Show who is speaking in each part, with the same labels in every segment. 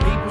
Speaker 1: People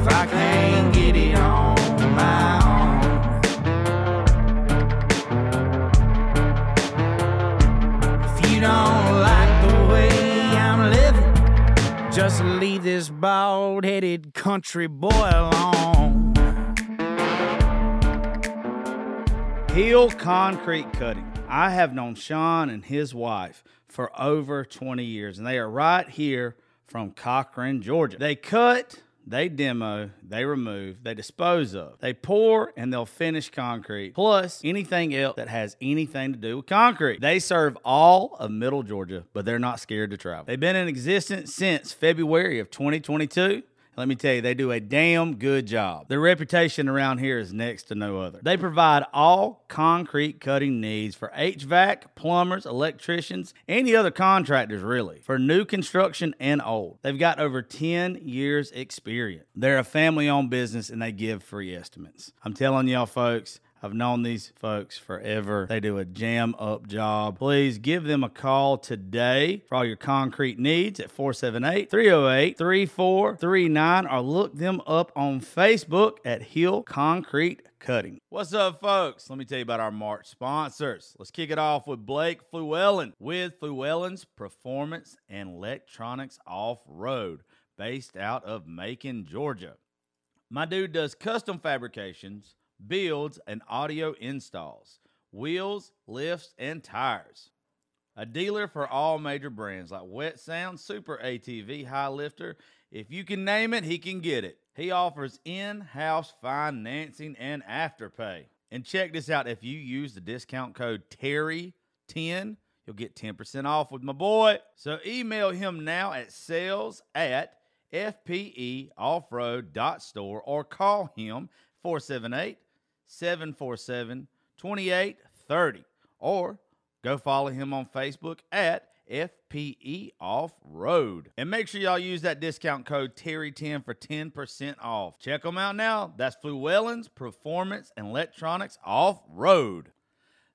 Speaker 1: if I can't get it on my own. If you don't like the way I'm living, just leave this bald headed country boy alone.
Speaker 2: Heel concrete cutting. I have known Sean and his wife for over 20 years, and they are right here from Cochrane, Georgia. They cut, they demo, they remove, they dispose of, they pour, and they'll finish concrete, plus anything else that has anything to do with concrete. They serve all of Middle Georgia, but they're not scared to travel. They've been in existence since February of 2022. Let me tell you, they do a damn good job. Their reputation around here is next to no other. They provide all concrete cutting needs for HVAC, plumbers, electricians, any other contractors, really, for new construction and old. They've got over 10 years' experience. They're a family owned business and they give free estimates. I'm telling y'all, folks. I've known these folks forever. They do a jam up job. Please give them a call today for all your concrete needs at 478 308 3439 or look them up on Facebook at Hill Concrete Cutting. What's up, folks? Let me tell you about our March sponsors. Let's kick it off with Blake Fluellen with Fluellen's Performance and Electronics Off Road, based out of Macon, Georgia. My dude does custom fabrications, builds, and audio installs, wheels, lifts, and tires. A dealer for all major brands like Wet Sound, Super ATV, High Lifter. If you can name it, he can get it. He offers in house financing and afterpay. And check this out if you use the discount code Terry10, you'll get 10% off with my boy. So email him now at sales at E fpeoffroad.store or call him 478 747 2830 or go follow him on Facebook at FPE Off Road. And make sure y'all use that discount code Terry10 for 10% off. Check them out now. That's Fluellen's Performance and Electronics Off Road.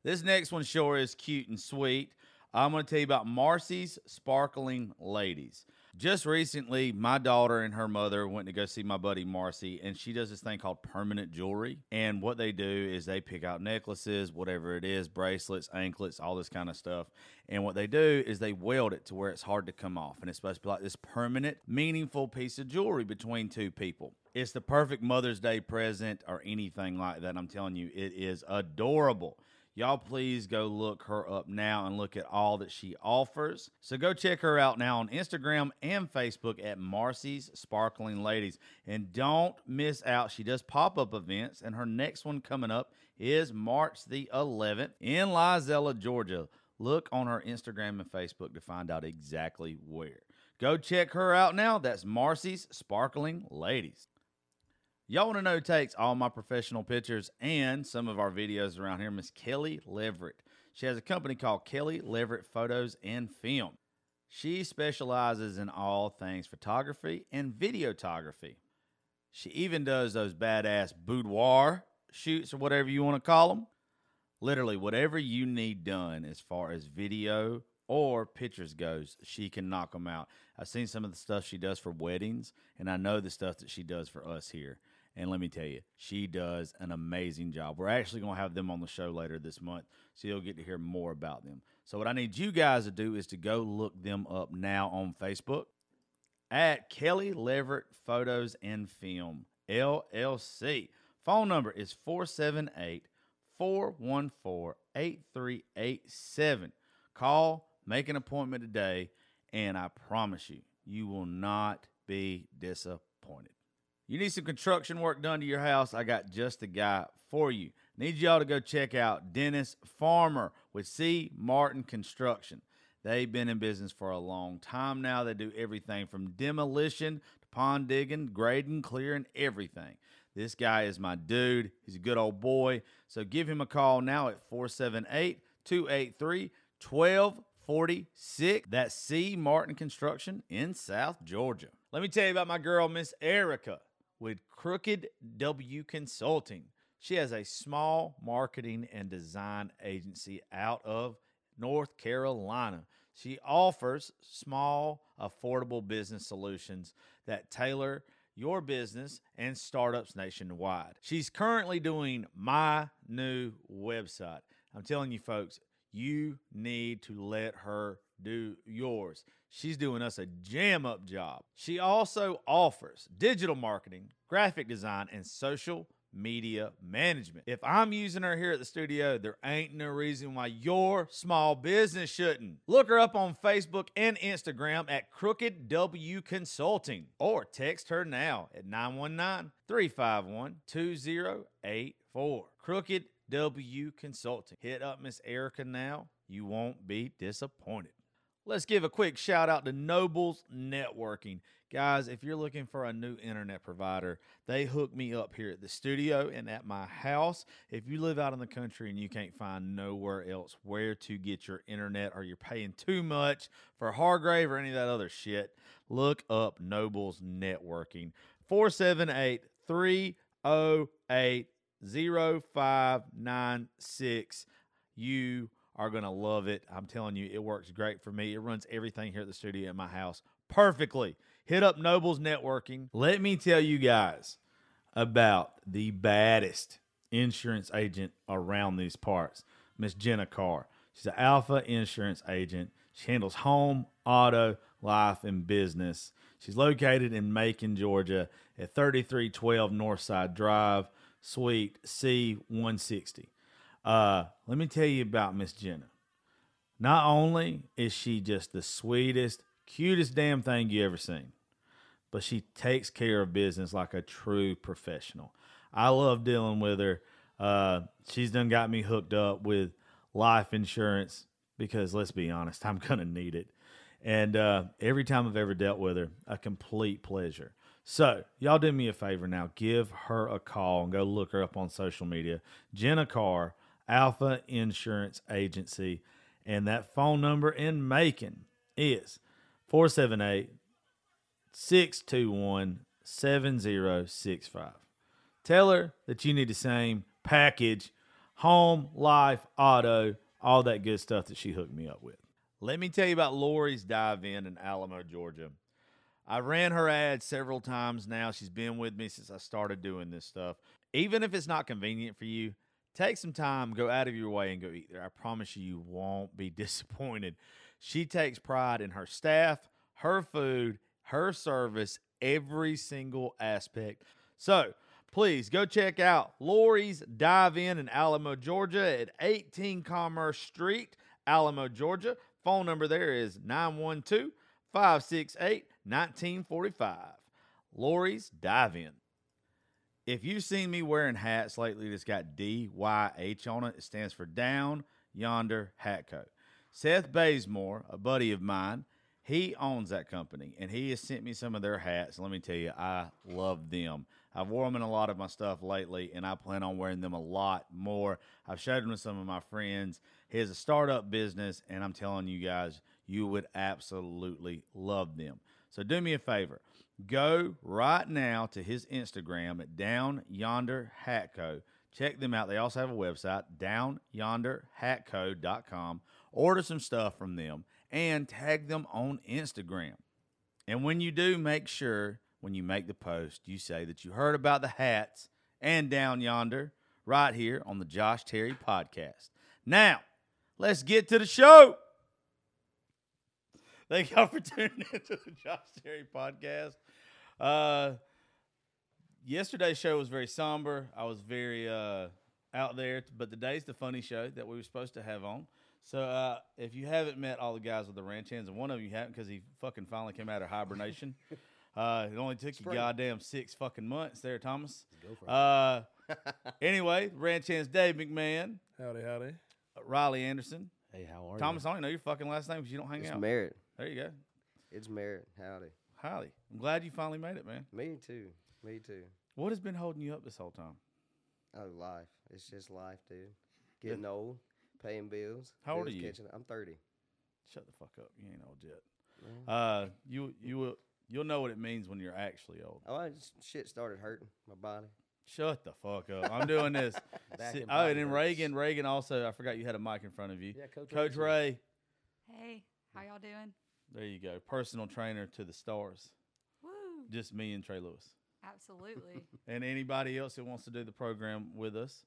Speaker 2: This next one sure is cute and sweet. I'm going to tell you about Marcy's Sparkling Ladies. Just recently, my daughter and her mother went to go see my buddy Marcy, and she does this thing called permanent jewelry. And what they do is they pick out necklaces, whatever it is, bracelets, anklets, all this kind of stuff. And what they do is they weld it to where it's hard to come off. And it's supposed to be like this permanent, meaningful piece of jewelry between two people. It's the perfect Mother's Day present or anything like that. I'm telling you, it is adorable. Y'all, please go look her up now and look at all that she offers. So go check her out now on Instagram and Facebook at Marcy's Sparkling Ladies. And don't miss out. She does pop up events, and her next one coming up is March the 11th in Lizella, Georgia. Look on her Instagram and Facebook to find out exactly where. Go check her out now. That's Marcy's Sparkling Ladies. Y'all want to know who takes all my professional pictures and some of our videos around here? Miss Kelly Leverett. She has a company called Kelly Leverett Photos and Film. She specializes in all things photography and videography. She even does those badass boudoir shoots or whatever you want to call them. Literally, whatever you need done as far as video or pictures goes, she can knock them out. I've seen some of the stuff she does for weddings, and I know the stuff that she does for us here. And let me tell you, she does an amazing job. We're actually going to have them on the show later this month, so you'll get to hear more about them. So, what I need you guys to do is to go look them up now on Facebook at Kelly Leverett Photos and Film, LLC. Phone number is 478 414 8387. Call, make an appointment today, and I promise you, you will not be disappointed. You need some construction work done to your house? I got just the guy for you. Need y'all to go check out Dennis Farmer with C. Martin Construction. They've been in business for a long time now. They do everything from demolition to pond digging, grading, clearing, everything. This guy is my dude. He's a good old boy. So give him a call now at 478 283 1246. That's C. Martin Construction in South Georgia. Let me tell you about my girl, Miss Erica with Crooked W Consulting. She has a small marketing and design agency out of North Carolina. She offers small, affordable business solutions that tailor your business and startups nationwide. She's currently doing my new website. I'm telling you, folks, you need to let her do yours. She's doing us a jam up job. She also offers digital marketing, graphic design, and social media management. If I'm using her here at the studio, there ain't no reason why your small business shouldn't. Look her up on Facebook and Instagram at Crooked W Consulting or text her now at 919 351 2084. Crooked W Consulting. Hit up Miss Erica now. You won't be disappointed. Let's give a quick shout out to Nobles Networking. Guys, if you're looking for a new internet provider, they hooked me up here at the studio and at my house. If you live out in the country and you can't find nowhere else where to get your internet or you're paying too much for Hargrave or any of that other shit, look up Nobles Networking. 478 308 0596. You are going to love it. I'm telling you, it works great for me. It runs everything here at the studio at my house perfectly. Hit up Nobles Networking. Let me tell you guys about the baddest insurance agent around these parts, Miss Jenna Carr. She's an alpha insurance agent. She handles home, auto, life, and business. She's located in Macon, Georgia at 3312 Northside Drive, Suite C160. Uh, let me tell you about Miss Jenna. Not only is she just the sweetest, cutest damn thing you ever seen, but she takes care of business like a true professional. I love dealing with her. Uh, she's done got me hooked up with life insurance because let's be honest, I'm gonna need it. And uh, every time I've ever dealt with her, a complete pleasure. So, y'all do me a favor now. Give her a call and go look her up on social media. Jenna Carr, Alpha Insurance Agency. And that phone number in Macon is 478 621 7065. Tell her that you need the same package home, life, auto, all that good stuff that she hooked me up with. Let me tell you about Lori's Dive In in Alamo, Georgia. I ran her ad several times now. She's been with me since I started doing this stuff. Even if it's not convenient for you, take some time, go out of your way, and go eat there. I promise you, you won't be disappointed. She takes pride in her staff, her food, her service, every single aspect. So please go check out Lori's Dive In in Alamo, Georgia at 18 Commerce Street, Alamo, Georgia. Phone number there is 912 568 1945. Lori's Dive In. If you've seen me wearing hats lately that's got DYH on it, it stands for Down Yonder Hat Co. Seth Bazemore, a buddy of mine, he owns that company and he has sent me some of their hats. Let me tell you, I love them. I've worn them in a lot of my stuff lately and I plan on wearing them a lot more. I've showed them to some of my friends. He has a startup business and I'm telling you guys, you would absolutely love them. So do me a favor. Go right now to his Instagram at Down Yonder Hat Co. Check them out. They also have a website, downyonderhatco.com. Order some stuff from them and tag them on Instagram. And when you do, make sure when you make the post, you say that you heard about the hats and Down Yonder right here on the Josh Terry podcast. Now, let's get to the show. Thank y'all for tuning into the Josh Terry podcast. Uh, yesterday's show was very somber. I was very uh, out there, but today's the funny show that we were supposed to have on. So uh, if you haven't met all the guys with the ranch hands, and one of you haven't because he fucking finally came out of hibernation, uh, it only took you goddamn six fucking months there, Thomas.
Speaker 3: Go for it.
Speaker 2: Uh, anyway, ranch hands Dave McMahon,
Speaker 4: Howdy, howdy.
Speaker 2: Riley Anderson,
Speaker 3: hey, how are
Speaker 2: Thomas. I don't even know your fucking last name because you don't hang
Speaker 3: you? It's
Speaker 2: out.
Speaker 3: Merritt.
Speaker 2: There you go.
Speaker 3: It's Merritt. Howdy.
Speaker 2: Holly, I'm glad you finally made it, man.
Speaker 3: Me too. Me too.
Speaker 2: What has been holding you up this whole time?
Speaker 3: Oh, life. It's just life, dude. Getting old, paying bills.
Speaker 2: How old are
Speaker 3: bills
Speaker 2: you?
Speaker 3: catching- I'm 30.
Speaker 2: Shut the fuck up. You ain't old yet. Uh, you you will you'll know what it means when you're actually old.
Speaker 3: Oh, I just, shit started hurting my body.
Speaker 2: Shut the fuck up. I'm doing this.
Speaker 3: Back
Speaker 2: Si-
Speaker 3: in
Speaker 2: oh,
Speaker 3: body
Speaker 2: and then
Speaker 3: works.
Speaker 2: Reagan. Reagan also. I forgot you had a mic in front of you.
Speaker 3: Yeah, Coach
Speaker 2: Coach
Speaker 3: Reagan's here.
Speaker 2: Ray.
Speaker 5: Hey, how y'all doing?
Speaker 2: There you go. Personal trainer to the stars.
Speaker 5: Woo!
Speaker 2: Just me and Trey Lewis.
Speaker 5: Absolutely.
Speaker 2: and anybody else that wants to do the program with us,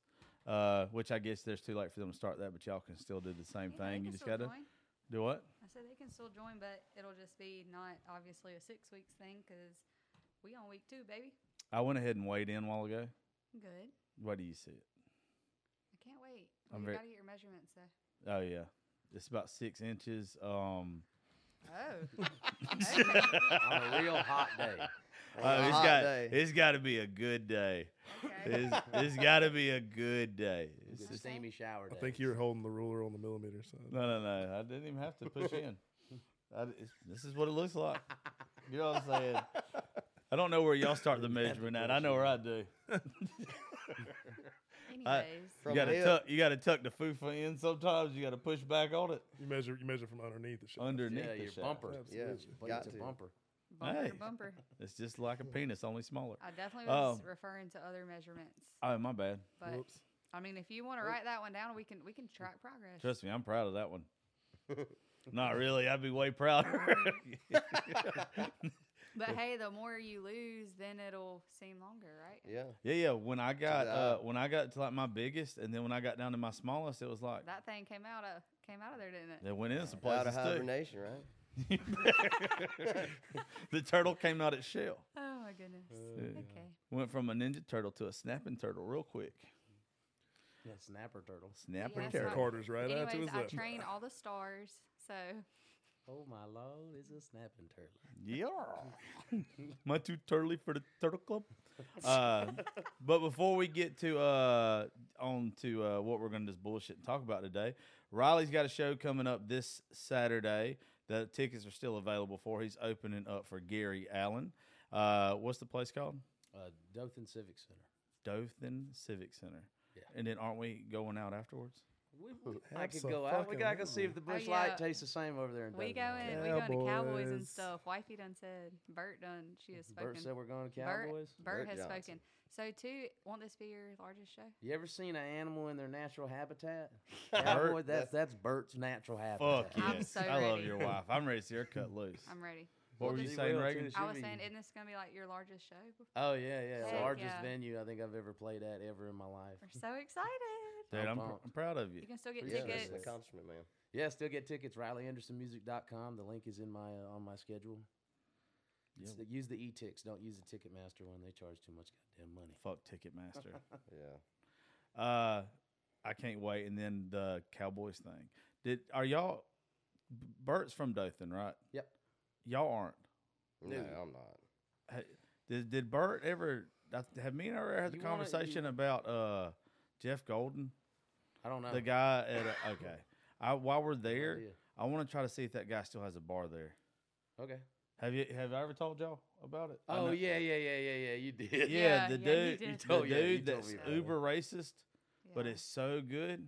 Speaker 2: uh, which I guess there's too late for them to start that, but y'all can still do the same
Speaker 5: Yeah, they
Speaker 2: thing. You
Speaker 5: can
Speaker 2: just
Speaker 5: still
Speaker 2: gotta
Speaker 5: join.
Speaker 2: do what?
Speaker 5: I said they can still join, but it'll just be not obviously a six weeks thing because we on week two, baby.
Speaker 2: I went ahead and weighed in a while ago.
Speaker 5: Good.
Speaker 2: Why do you see it?
Speaker 5: I can't wait.
Speaker 2: I'm
Speaker 5: you
Speaker 2: very-
Speaker 5: gotta get your measurements. uh, So.
Speaker 2: Oh yeah, it's about six inches. Um,
Speaker 5: Oh,
Speaker 6: on a real hot day.
Speaker 2: oh,
Speaker 3: a
Speaker 2: it's
Speaker 3: hot
Speaker 2: got
Speaker 3: day.
Speaker 2: it's got to be a good day.
Speaker 5: okay.
Speaker 2: It's, it's got to be a good day. It's
Speaker 6: Good
Speaker 2: just-
Speaker 6: steamy shower
Speaker 4: I
Speaker 6: day.
Speaker 4: think you were holding the ruler on the millimeter side.
Speaker 2: no, no, no. I didn't even have to push in. I, it's, this is what it looks like. You know what I'm saying? I don't know where y'all start the measurement at. I know where I do.
Speaker 5: Anyways,
Speaker 3: From
Speaker 2: you gotta
Speaker 3: hip.
Speaker 2: tuck. You gotta tuck the fufa in. Sometimes you gotta push back on it
Speaker 4: You measure you measure from underneath the shaft.
Speaker 2: underneath
Speaker 6: yeah,
Speaker 2: the
Speaker 6: your
Speaker 2: shaft.
Speaker 6: bumper.
Speaker 4: Absolutely.
Speaker 3: Yeah,
Speaker 6: But
Speaker 3: got
Speaker 6: it's a
Speaker 3: to.
Speaker 6: bumper.
Speaker 5: bumper
Speaker 2: Hey.
Speaker 5: to bumper.
Speaker 2: It's just like a penis, only smaller.
Speaker 5: I definitely was
Speaker 2: Um,
Speaker 5: referring to other measurements,
Speaker 2: Oh, my bad.
Speaker 5: but
Speaker 4: Whoops.
Speaker 5: I mean, if you want to write that one down, we can we can track progress.
Speaker 2: Trust me, I'm proud of that one. Not really. I'd be way prouder.
Speaker 5: but hey, the more you lose, then it'll seem longer, right?
Speaker 3: Yeah.
Speaker 2: yeah, yeah. When I got
Speaker 3: the
Speaker 2: uh,
Speaker 3: eye.
Speaker 2: when I got to like my biggest, and then when I got down to my smallest, it was like
Speaker 5: That thing came out of came out of there, didn't it?
Speaker 2: they went in some
Speaker 3: Out
Speaker 2: places
Speaker 3: of
Speaker 2: too.
Speaker 3: hibernation, right?
Speaker 2: the turtle came out its shell.
Speaker 5: Oh my goodness. okay.
Speaker 2: Went from a ninja turtle to a snapping turtle real quick.
Speaker 6: Yeah, snapper turtle.
Speaker 2: Snapper
Speaker 5: Yes,
Speaker 2: turtle.
Speaker 5: I-
Speaker 4: Carter's right out to
Speaker 5: Anyways,
Speaker 4: his
Speaker 5: I
Speaker 4: left.
Speaker 5: train all the stars, so
Speaker 6: Oh my lord, it's a snapping turtle.
Speaker 2: Yeah. My too turtly for the turtle club. Uh, but before we get to uh, on to uh, what we're gonna just bullshit and talk about today, Riley's got a show coming up this Saturday. The tickets are still available for. He's opening up for Gary Allen. Uh, what's the place called?
Speaker 6: Uh, Dothan Civic Center.
Speaker 2: Dothan Civic Center.
Speaker 6: Yeah.
Speaker 2: And then aren't we going out afterwards?
Speaker 6: We, we- I could go out. We gotta go see if the bush
Speaker 5: yeah.
Speaker 6: light tastes the same over there in
Speaker 5: we
Speaker 6: Dothan.
Speaker 5: go in, we go to Cowboys and
Speaker 4: Cowboys.
Speaker 5: stuff. Wifey done said, Bert done, she has spoken.
Speaker 6: Bert said we're going to
Speaker 5: Bert,
Speaker 6: Cowboys.
Speaker 5: Bert
Speaker 3: Bert
Speaker 5: has
Speaker 3: Johnson.
Speaker 5: spoken. So too, won't this be your largest show?
Speaker 6: You ever seen an animal in their natural habitat?
Speaker 2: Bert?
Speaker 6: Cowboy, that's that's Bert's natural habitat.
Speaker 2: Fuck yes.
Speaker 5: I'm so
Speaker 2: I love
Speaker 5: ready.
Speaker 2: your wife. I'm ready to see her cut loose.
Speaker 5: I'm ready.
Speaker 2: what
Speaker 6: Well,
Speaker 2: were you
Speaker 6: she
Speaker 2: saying,
Speaker 6: will,
Speaker 2: Reagan?
Speaker 6: too.
Speaker 5: I
Speaker 6: Should
Speaker 5: was
Speaker 6: be-
Speaker 5: saying, isn't this gonna be like your largest show?
Speaker 6: Oh yeah, yeah.
Speaker 5: Heck
Speaker 6: Largest
Speaker 5: yeah.
Speaker 6: venue I think I've ever played at ever in my life.
Speaker 5: We're so excited.
Speaker 2: Dude,
Speaker 6: I'm
Speaker 2: I'm, pr-
Speaker 6: pumped.
Speaker 2: I'm proud of you.
Speaker 5: You can still get
Speaker 3: Yeah,
Speaker 6: Appreciate
Speaker 3: that's
Speaker 5: tickets.
Speaker 3: an
Speaker 6: it.
Speaker 3: accomplishment, man.
Speaker 6: Yeah, still get tickets. RileyAndersonMusic.com. The link is in my uh, on my schedule. It's the- use the e-ticks. Don't use the Ticketmaster one. They charge too much goddamn money.
Speaker 2: Fuck Ticketmaster.
Speaker 3: Yeah.
Speaker 2: Uh, I can't wait. And then the Cowboys thing. Did are y'all? B- Bert's from Dothan, right?
Speaker 6: Yep.
Speaker 2: Y'all aren't.
Speaker 6: Dude.
Speaker 3: No, I'm not.
Speaker 2: Ha- Did Did Bert ever? I- Have me and her ever had the
Speaker 6: You wanna- you-
Speaker 2: conversation about uh Jeff Golden,
Speaker 6: I don't know.
Speaker 2: the guy at uh, okay. I while we're there,
Speaker 6: idea.
Speaker 2: I want to try to see if that guy still has a bar there.
Speaker 6: Okay.
Speaker 2: Have you Have I ever told y'all about it? I
Speaker 6: Oh
Speaker 2: know-
Speaker 6: yeah, yeah, yeah, yeah, yeah. You did.
Speaker 2: Yeah,
Speaker 5: Yeah, yeah,
Speaker 2: the
Speaker 5: you
Speaker 2: dude,
Speaker 5: did. You
Speaker 6: told-
Speaker 2: the
Speaker 6: yeah, you
Speaker 2: dude
Speaker 6: told
Speaker 2: that's
Speaker 6: me about it.
Speaker 2: uber racist. but
Speaker 5: Yeah.
Speaker 2: it's so good.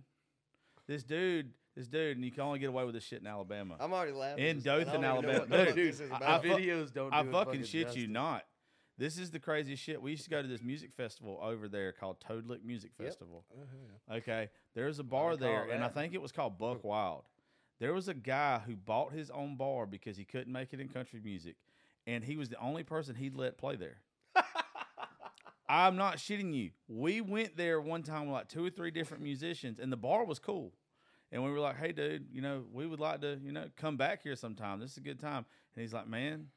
Speaker 2: This dude, this dude, and you can only get away with this shit in Alabama.
Speaker 3: I'm already laughing.
Speaker 2: In
Speaker 3: just- I
Speaker 2: Dothan,
Speaker 3: don't even know what
Speaker 2: Alabama.
Speaker 3: the fuck
Speaker 2: Dude,
Speaker 3: this is
Speaker 2: I-
Speaker 3: about.
Speaker 6: My
Speaker 2: fu-
Speaker 6: videos don't.
Speaker 2: I
Speaker 6: do it
Speaker 2: fucking, shit you
Speaker 6: justice.
Speaker 2: not. This is the craziest shit. We used to go to this music festival over there called Toad Lick Music Festival. Okay, there's a bar there,
Speaker 6: recall
Speaker 2: and I
Speaker 6: that.
Speaker 2: think it was called Buck Wild. There was a guy who bought his own bar because he couldn't make it in country music, and he was the only person he'd let play there. I'm not shitting you. We went there one time with like two or three different musicians, and the bar was cool. And we were like, hey, dude, you know, we would like to, you know, come back here sometime. This is a good time. And he's like, man,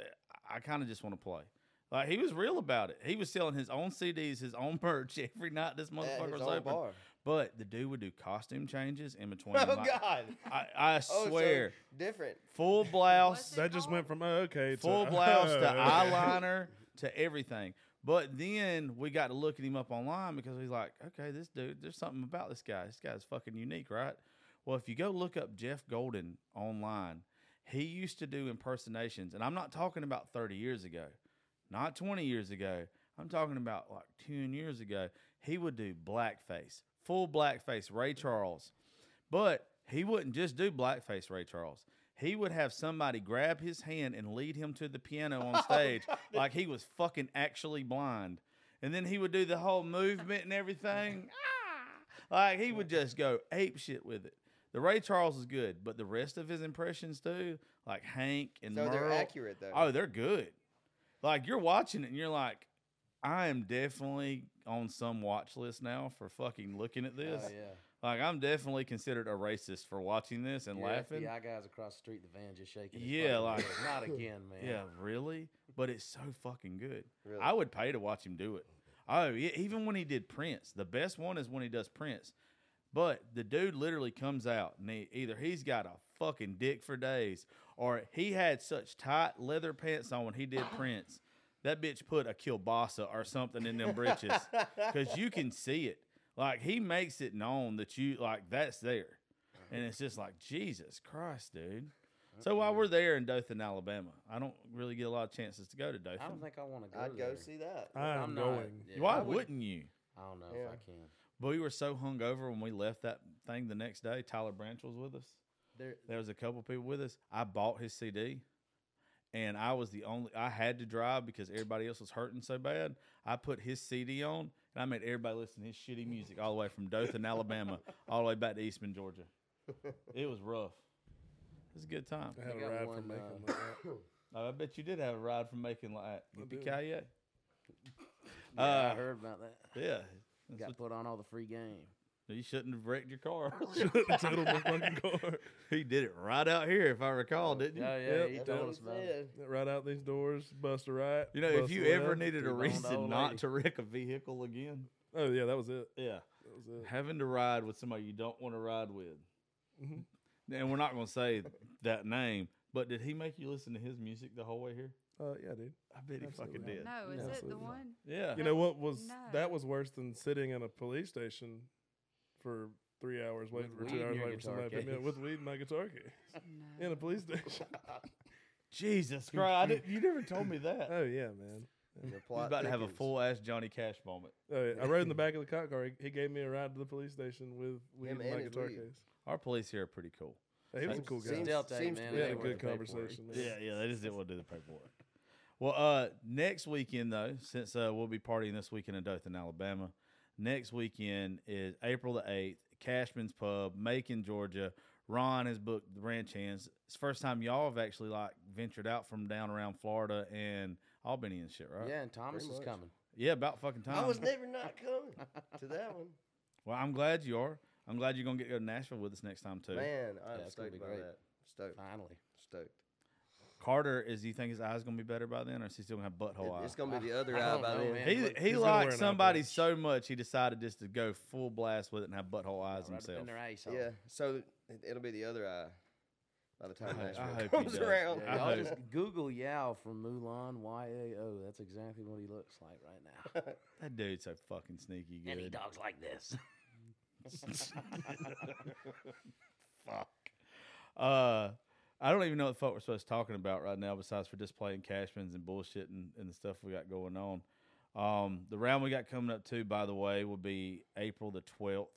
Speaker 2: eh, I kind of just want to play. Like he was real about it. He was selling his own CDs, his own merch every night. This
Speaker 3: At
Speaker 2: motherfucker
Speaker 3: his
Speaker 2: was
Speaker 3: own
Speaker 2: open.
Speaker 3: bar.
Speaker 2: But the dude would do costume changes in between.
Speaker 3: Oh
Speaker 2: like-
Speaker 3: God!
Speaker 2: I, I
Speaker 3: Oh, so
Speaker 2: swear,
Speaker 3: different.
Speaker 2: full blouse,
Speaker 5: What's it
Speaker 4: That just went from oh, okay to
Speaker 2: full blouse to
Speaker 4: oh, okay.
Speaker 2: eyeliner to everything. But then we got to looking him up online because he's like, okay, this dude, there's something about this guy. This guy's fucking unique, right? Well, if you go look up Jeff Golden online, he used to do impersonations, and I'm not talking about 30 years ago, not 20 years ago. I'm talking about like 10 years ago. He would do blackface, full blackface, Ray Charles. But he wouldn't just do blackface Ray Charles. He would have somebody grab his hand and lead him to the piano
Speaker 3: Oh,
Speaker 2: on stage like he was fucking actually blind. And then he would do the whole movement and everything. Ah! like he would just go ape shit with it. The Ray Charles is good, but the rest of his impressions, dude, like Hank and
Speaker 3: So they're
Speaker 2: Merle,
Speaker 3: accurate though.
Speaker 2: Oh, they're good. Like you're watching it and you're like, I am definitely on some watch list now for fucking looking at
Speaker 6: Oh,
Speaker 2: this.
Speaker 6: yeah.
Speaker 2: Like I'm definitely considered a racist for watching this and
Speaker 6: Your
Speaker 2: laughing.
Speaker 6: FBI guys across the street, in the van just shaking. his
Speaker 2: Yeah,
Speaker 6: fucking
Speaker 2: like-
Speaker 6: head. not again, man.
Speaker 2: Yeah, really? But it's so fucking good.
Speaker 3: Really?
Speaker 2: I would pay to watch him do it. Oh, yeah, even when he did Prince, the best one is when he does Prince. But the dude literally comes out and he, either he's got a fucking dick for days or he had such tight leather pants on when he did Prince. That bitch put a kielbasa or something in them britches because you can see it. Like he makes it known that you like that's there, and it's just like Jesus Christ, dude. So while we're there in Dothan, Alabama, I don't really get a lot of chances to go to Dothan.
Speaker 6: I don't think I want to go.
Speaker 3: I'd go
Speaker 6: there.
Speaker 3: see that.
Speaker 4: I'm,
Speaker 6: I'm not-
Speaker 4: going.
Speaker 6: yeah,
Speaker 2: Why
Speaker 6: I would-
Speaker 2: wouldn't you?
Speaker 6: I don't know if
Speaker 3: Yeah.
Speaker 6: I can.
Speaker 2: But we were so hungover when we left that thing the next day. Tyler Branch was with us.
Speaker 6: There,
Speaker 2: There was a couple people with us. I bought his CD, and I was the only. I had to drive because everybody else was hurting so bad. I put his CD on, and I made everybody listen to his shitty music all the way from Dothan, Alabama, all the way back to Eastman, Georgia. It was rough. It was a good time.
Speaker 4: I had
Speaker 6: I
Speaker 4: a
Speaker 6: got
Speaker 4: ride
Speaker 6: one,
Speaker 4: from
Speaker 6: uh,
Speaker 4: Macon. like that.
Speaker 2: Oh, I bet you did have a ride from Macon like that.
Speaker 4: did.
Speaker 2: Yippee
Speaker 6: yeah,
Speaker 2: Uh,
Speaker 6: I heard about that.
Speaker 2: Yeah.
Speaker 6: Got put on all the free game.
Speaker 2: You shouldn't have wrecked your car.
Speaker 4: Totaled my fucking car.
Speaker 2: he did it right out here, if I recall, didn't you?
Speaker 6: Yeah, yeah,
Speaker 4: Yep.
Speaker 6: he
Speaker 3: That's
Speaker 6: told
Speaker 3: what
Speaker 6: us
Speaker 3: he
Speaker 6: about it.
Speaker 3: said.
Speaker 4: Right out these doors, bust a right.
Speaker 2: You know, if
Speaker 4: bust
Speaker 2: you
Speaker 4: left.
Speaker 2: ever needed a
Speaker 6: Keep on the
Speaker 2: reason
Speaker 6: old
Speaker 2: not
Speaker 6: lady.
Speaker 2: to wreck a vehicle again,
Speaker 4: oh yeah, that was it.
Speaker 2: yeah,
Speaker 4: That was it.
Speaker 2: having to ride with somebody you don't want to ride with.
Speaker 4: Mhm.
Speaker 2: And we're not going to say that name, but did he make you listen to his music the whole way here?
Speaker 4: Uh, yeah, dude.
Speaker 2: I bet he
Speaker 4: Absolutely.
Speaker 2: fucking did.
Speaker 5: No, is it the
Speaker 4: Absolutely.
Speaker 5: one?
Speaker 2: Yeah.
Speaker 4: You know what was
Speaker 5: No.
Speaker 4: that was worse than sitting in a police station for three hours waiting
Speaker 6: With
Speaker 4: for
Speaker 6: weed
Speaker 4: two
Speaker 6: in
Speaker 4: hours
Speaker 6: your
Speaker 4: waiting for
Speaker 6: guitar
Speaker 4: somebody to pick me up
Speaker 6: case.
Speaker 4: with weed in my guitar case
Speaker 5: No.
Speaker 4: in a police station.
Speaker 2: Jesus Christ. I didn't, you never told me that.
Speaker 4: oh yeah, man.
Speaker 3: The
Speaker 2: He's
Speaker 3: plot
Speaker 2: about to have a
Speaker 3: thickens.
Speaker 2: full ass Johnny Cash moment.
Speaker 4: Oh, yeah. I rode in the back of the cop car. He, he gave me a ride to the police station with weed
Speaker 3: Him
Speaker 4: in my
Speaker 3: and his
Speaker 4: guitar
Speaker 3: weed.
Speaker 4: case.
Speaker 2: Our police here are pretty cool.
Speaker 4: Hey, he was a
Speaker 2: Seems-
Speaker 4: cool guy.
Speaker 3: seems-
Speaker 6: Still take,
Speaker 3: seems to
Speaker 6: man.
Speaker 3: be
Speaker 4: we
Speaker 6: they
Speaker 4: had a
Speaker 6: were
Speaker 4: good
Speaker 6: the paperwork.
Speaker 4: conversation. man.
Speaker 2: Yeah, yeah, they just didn't want to do the paperwork. Well, uh, next weekend though, since uh, we'll be partying this weekend in Dothan, Alabama, next weekend is April the eighth, Cashman's Pub, Macon, Georgia. Ron has booked the ranch hands. It's the first time y'all have actually like ventured out from down around Florida and Albany and shit, right?
Speaker 6: Yeah, and Thomas is
Speaker 3: much.
Speaker 6: coming.
Speaker 2: yeah, about fucking time.
Speaker 3: I was never not coming to that one.
Speaker 2: well, I'm glad you are. I'm glad you're gonna get to go to Nashville with us next time too.
Speaker 3: Man,
Speaker 6: it's
Speaker 3: I'm
Speaker 6: gonna
Speaker 3: stoked
Speaker 6: be
Speaker 3: about
Speaker 6: great.
Speaker 3: that. Stoked.
Speaker 6: Finally.
Speaker 3: Stoked.
Speaker 2: Carter, is do you think his eyes gonna be better by then, or is he still gonna have butthole
Speaker 3: It-
Speaker 2: eyes?
Speaker 3: it's gonna be the other
Speaker 6: I
Speaker 3: eye
Speaker 6: don't
Speaker 3: by
Speaker 6: know,
Speaker 3: then.
Speaker 6: man.
Speaker 2: He,
Speaker 6: And look,
Speaker 2: he
Speaker 4: he's gonna wear
Speaker 2: liked
Speaker 4: an eye
Speaker 2: somebody
Speaker 4: patch.
Speaker 2: so much he decided just to go full blast with it and have butthole eyes
Speaker 6: Right up
Speaker 2: himself.
Speaker 6: in their ace hole.
Speaker 3: Yeah. So it- it'll be the other eye by the time
Speaker 2: I- I hope he
Speaker 3: Nashville comes
Speaker 2: does.
Speaker 3: around.
Speaker 2: I
Speaker 6: Yeah, y'all
Speaker 2: hope.
Speaker 6: just Google Yao from Mulan Y A O. That's exactly what he looks like right now.
Speaker 2: That dude's so fucking sneaky good.
Speaker 6: And he dogs like this.
Speaker 2: Fuck. Uh, I don't even know what the fuck we're supposed to be talking about right now, besides for displaying cashmans and bullshit and, and the stuff we got going on. Um, the round we got coming up too, by the way, will be April the twelfth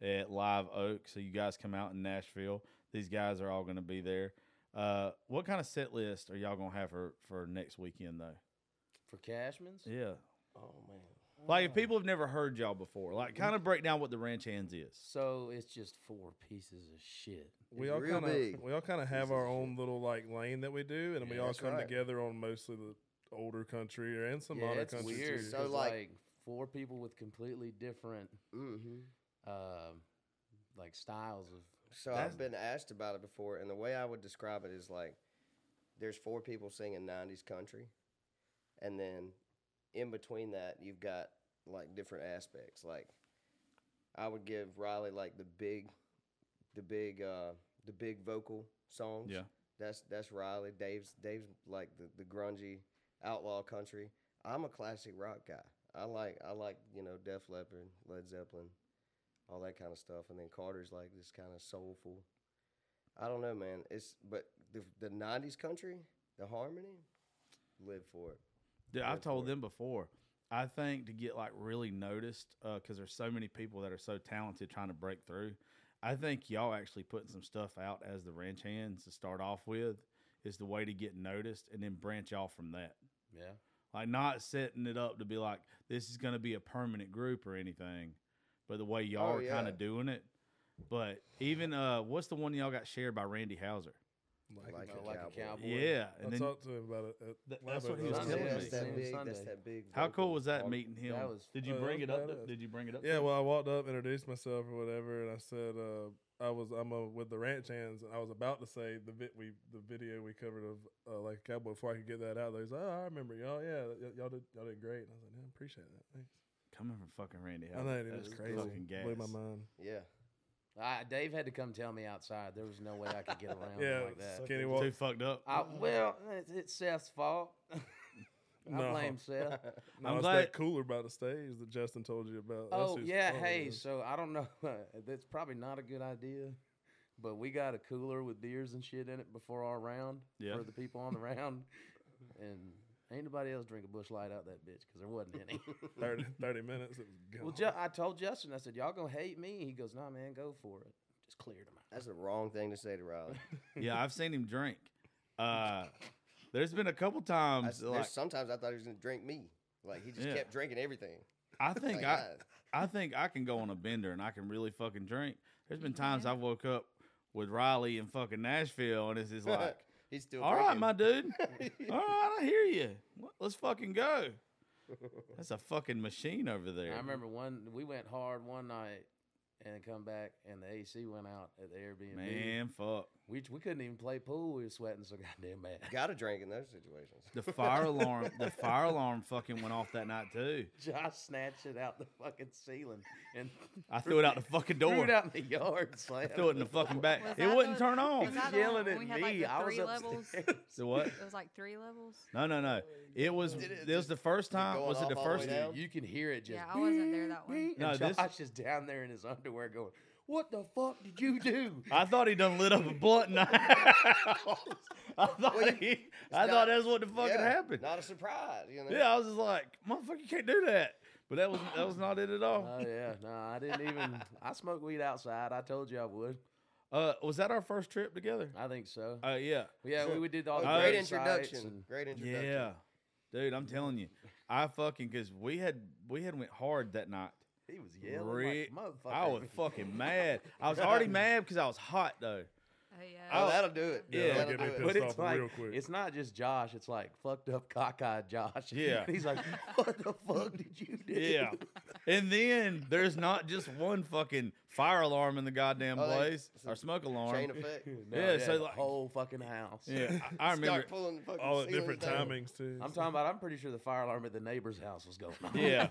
Speaker 2: at Live Oak. So you guys come out in Nashville. These guys are all going to be there. Uh, what kind of set list are y'all gonna have for for next weekend though?
Speaker 6: For Cashman's?
Speaker 2: Yeah.
Speaker 3: Oh man.
Speaker 2: Like if people have never heard y'all before, like kind of break down what the ranch hands is.
Speaker 6: So it's just four pieces of shit.
Speaker 4: We
Speaker 3: It's
Speaker 4: all
Speaker 3: real
Speaker 4: kind
Speaker 3: big.
Speaker 4: of we all kind of
Speaker 3: Pieces
Speaker 4: have our
Speaker 3: of
Speaker 4: own little like lane that we do, and we
Speaker 3: Yeah,
Speaker 4: all
Speaker 3: that's
Speaker 4: come
Speaker 3: right.
Speaker 4: together on mostly the older country or and some
Speaker 6: yeah,
Speaker 4: modern
Speaker 6: it's
Speaker 4: country.
Speaker 6: weird.
Speaker 4: too.
Speaker 3: So,
Speaker 6: 'cause,
Speaker 3: like-
Speaker 6: like four people with completely different
Speaker 3: Mm-hmm.
Speaker 6: um, like styles of
Speaker 3: So
Speaker 2: That's-
Speaker 3: I've been asked about it before, and the way I would describe it is like there's four people singing '90s country, and then in between that you've got like different aspects. Like I would give Riley like the big, the big, uh, the big vocal songs.
Speaker 2: Yeah.
Speaker 3: that's that's Riley. Dave's Dave's like the the grungy outlaw country. I'm a classic rock guy. I like I like you know Def Leppard, Led Zeppelin, all that kind of stuff. And then Carter's like this kind of soulful. I don't know, man. It's but the the '90s country, the harmony, live for it.
Speaker 2: Dude, I've
Speaker 3: Go
Speaker 2: told
Speaker 3: for it.
Speaker 2: them before. I think to get like really noticed, because there's so many people that are so talented trying to break through. I think y'all actually putting some stuff out as the ranch hands to start off with is the way to get noticed, and then branch off from that.
Speaker 6: yeah.
Speaker 2: Like not setting it up to be like this is going to be a permanent group or anything, but the way y'all
Speaker 3: Oh,
Speaker 2: are kind
Speaker 3: yeah.
Speaker 2: of doing it. But even uh, what's the one y'all got shared by Randy Hauser?
Speaker 3: Like
Speaker 6: uh,
Speaker 3: a
Speaker 6: like a
Speaker 3: cowboy.
Speaker 6: cowboy.
Speaker 2: Yeah,
Speaker 4: I
Speaker 2: and then
Speaker 4: talked to him about it. At
Speaker 2: Th-
Speaker 4: lab
Speaker 2: that's what
Speaker 4: over
Speaker 2: he was
Speaker 4: there.
Speaker 2: telling
Speaker 3: that's
Speaker 2: me.
Speaker 3: that
Speaker 6: Same
Speaker 3: big. That's
Speaker 6: Sunday.
Speaker 3: that big.
Speaker 2: how
Speaker 3: vocal
Speaker 2: cool was that
Speaker 3: harmon-
Speaker 2: meeting him?
Speaker 6: that was
Speaker 2: Did you
Speaker 4: Oh,
Speaker 2: bring it
Speaker 4: that
Speaker 2: up?
Speaker 4: was
Speaker 2: to-
Speaker 4: badass.
Speaker 2: Did you bring it up?
Speaker 4: Yeah,
Speaker 2: to him?
Speaker 4: well, I walked up, introduced myself or whatever, and I said uh, I was I'm uh with the ranch hands, and I was about to say the bit we the video we covered of uh, like a cowboy before I could get that out. They was oh I remember y'all yeah y- y'all did y'all did great, and I was like yeah, I appreciate that. Thanks.
Speaker 2: coming from fucking Randy
Speaker 4: I
Speaker 2: Hauser.
Speaker 4: know dude,
Speaker 2: that
Speaker 4: it was
Speaker 2: is
Speaker 4: crazy.
Speaker 2: Fucking gas.
Speaker 4: Blew my mind.
Speaker 3: Yeah.
Speaker 6: I, Dave had to come tell me outside. There was no way I could get around him
Speaker 4: Yeah,
Speaker 6: like that.
Speaker 4: skinny
Speaker 2: Too
Speaker 4: walk.
Speaker 2: fucked up.
Speaker 6: I, well, it's, it's Seth's fault. I
Speaker 4: No.
Speaker 6: blame Seth.
Speaker 4: No,
Speaker 2: I'm
Speaker 4: it's
Speaker 2: glad-
Speaker 4: that cooler by the stage that Justin told you about. That's
Speaker 6: Oh
Speaker 4: whose
Speaker 6: yeah,
Speaker 4: fault it
Speaker 6: hey.
Speaker 4: is.
Speaker 6: So I don't know. That's probably not a good idea, but we got a cooler with beers and shit in it before our round
Speaker 2: Yeah.
Speaker 6: for the people on the round, and ain't nobody else drink a bush light out that bitch because there wasn't any.
Speaker 4: 30, 30 minutes. It was gone.
Speaker 6: well, ju- I told Justin, I said, "Y'all gonna hate me?" He goes, "Nah, man, go for it. Just cleared him out."
Speaker 3: That's the wrong thing to say to Riley.
Speaker 2: yeah, I've seen him drink. Uh, there's been a couple
Speaker 3: I,
Speaker 2: times.
Speaker 3: there's
Speaker 2: like,
Speaker 3: sometimes I thought he was gonna drink me. Like he just
Speaker 2: Yeah.
Speaker 3: kept drinking everything.
Speaker 2: I think
Speaker 3: Like,
Speaker 2: I, I think I can go on a bender and I can really fucking drink. There's been times I woke up with Riley in fucking Nashville and it's just like,
Speaker 3: he's still
Speaker 2: all right,
Speaker 3: drinking.
Speaker 2: my dude, all right, I hear you. Let's fucking go. That's a fucking machine over there.
Speaker 6: I remember one. We went hard one night and come back, and the AC went out at the Airbnb.
Speaker 2: man, fuck.
Speaker 6: We we couldn't even play pool. We were sweating so goddamn bad.
Speaker 3: Gotta drink in those situations.
Speaker 2: The fire alarm, the fire alarm fucking went off that night too.
Speaker 6: Josh snatched it out the fucking ceiling and
Speaker 2: I threw it out the fucking door.
Speaker 6: threw it out in the yard. Slammed
Speaker 2: threw it in the fucking back.
Speaker 5: Was
Speaker 2: It
Speaker 5: I
Speaker 2: wouldn't
Speaker 5: the-
Speaker 2: turn
Speaker 5: was
Speaker 2: off.
Speaker 5: I the
Speaker 6: yelling
Speaker 5: one when
Speaker 6: at
Speaker 5: we had,
Speaker 6: me.
Speaker 5: like, the
Speaker 6: I was
Speaker 5: three
Speaker 6: upstairs.
Speaker 5: levels?
Speaker 2: The what?
Speaker 5: It was like three levels.
Speaker 2: No, no, no. It was.
Speaker 3: Did it
Speaker 2: This was
Speaker 3: just
Speaker 2: the first time.
Speaker 3: going
Speaker 2: Was it
Speaker 3: off
Speaker 2: the
Speaker 3: all the way
Speaker 2: first?
Speaker 3: down?
Speaker 6: You can hear it just.
Speaker 5: Yeah, I wasn't there that one.
Speaker 6: beep,
Speaker 2: No,
Speaker 6: and
Speaker 2: this-
Speaker 6: Josh is down there in his underwear going, "What the fuck did you do?"
Speaker 2: I thought he done lit up a blunt in the house. I thought
Speaker 3: Well, you-
Speaker 2: he, I thought
Speaker 3: not-
Speaker 2: that's what the fucking
Speaker 3: Yeah,
Speaker 2: happened.
Speaker 3: Not a surprise, you know.
Speaker 2: yeah, I was just like, motherfucker, you can't do that. But that was that was not it at all.
Speaker 6: oh yeah, no, I didn't even. I smoke weed outside. I told you I would.
Speaker 2: Uh, was that our first trip together?
Speaker 6: I think so.
Speaker 2: Uh, yeah,
Speaker 6: yeah, we, we did all
Speaker 3: Oh,
Speaker 6: the
Speaker 2: I-
Speaker 3: great
Speaker 6: great sites
Speaker 3: introduction.
Speaker 6: and-
Speaker 3: Great introduction.
Speaker 2: yeah, dude, I'm telling you, I fucking because we had we had went hard that night.
Speaker 6: he was yelling
Speaker 2: Re-
Speaker 6: like a motherfucker.
Speaker 2: I was fucking mad. I was already mad because I was hot though.
Speaker 5: Oh yeah.
Speaker 3: Oh, that'll do it.
Speaker 2: Yeah, that'll
Speaker 3: that'll
Speaker 4: get me pissed
Speaker 3: do it.
Speaker 6: But it's
Speaker 4: off
Speaker 6: like
Speaker 4: real quick.
Speaker 6: it's not just Josh. It's like fucked up cockeyed Josh.
Speaker 2: Yeah.
Speaker 6: he's like, "What the fuck did you do?"
Speaker 2: Yeah. And then there's not just one fucking fire alarm in the goddamn
Speaker 3: Oh, they-
Speaker 2: place
Speaker 3: it's
Speaker 2: or
Speaker 3: a
Speaker 2: smoke alarm.
Speaker 3: Chain effect.
Speaker 6: No,
Speaker 2: Yeah, so,
Speaker 6: the
Speaker 2: like-
Speaker 6: whole fucking house.
Speaker 2: Yeah, I, I remember.
Speaker 3: Start pulling the fucking
Speaker 4: all at
Speaker 3: ceilings
Speaker 4: different
Speaker 3: down.
Speaker 4: timings too.
Speaker 6: I'm talking about. I'm pretty sure the fire alarm at the neighbor's house was going off.
Speaker 2: Yeah,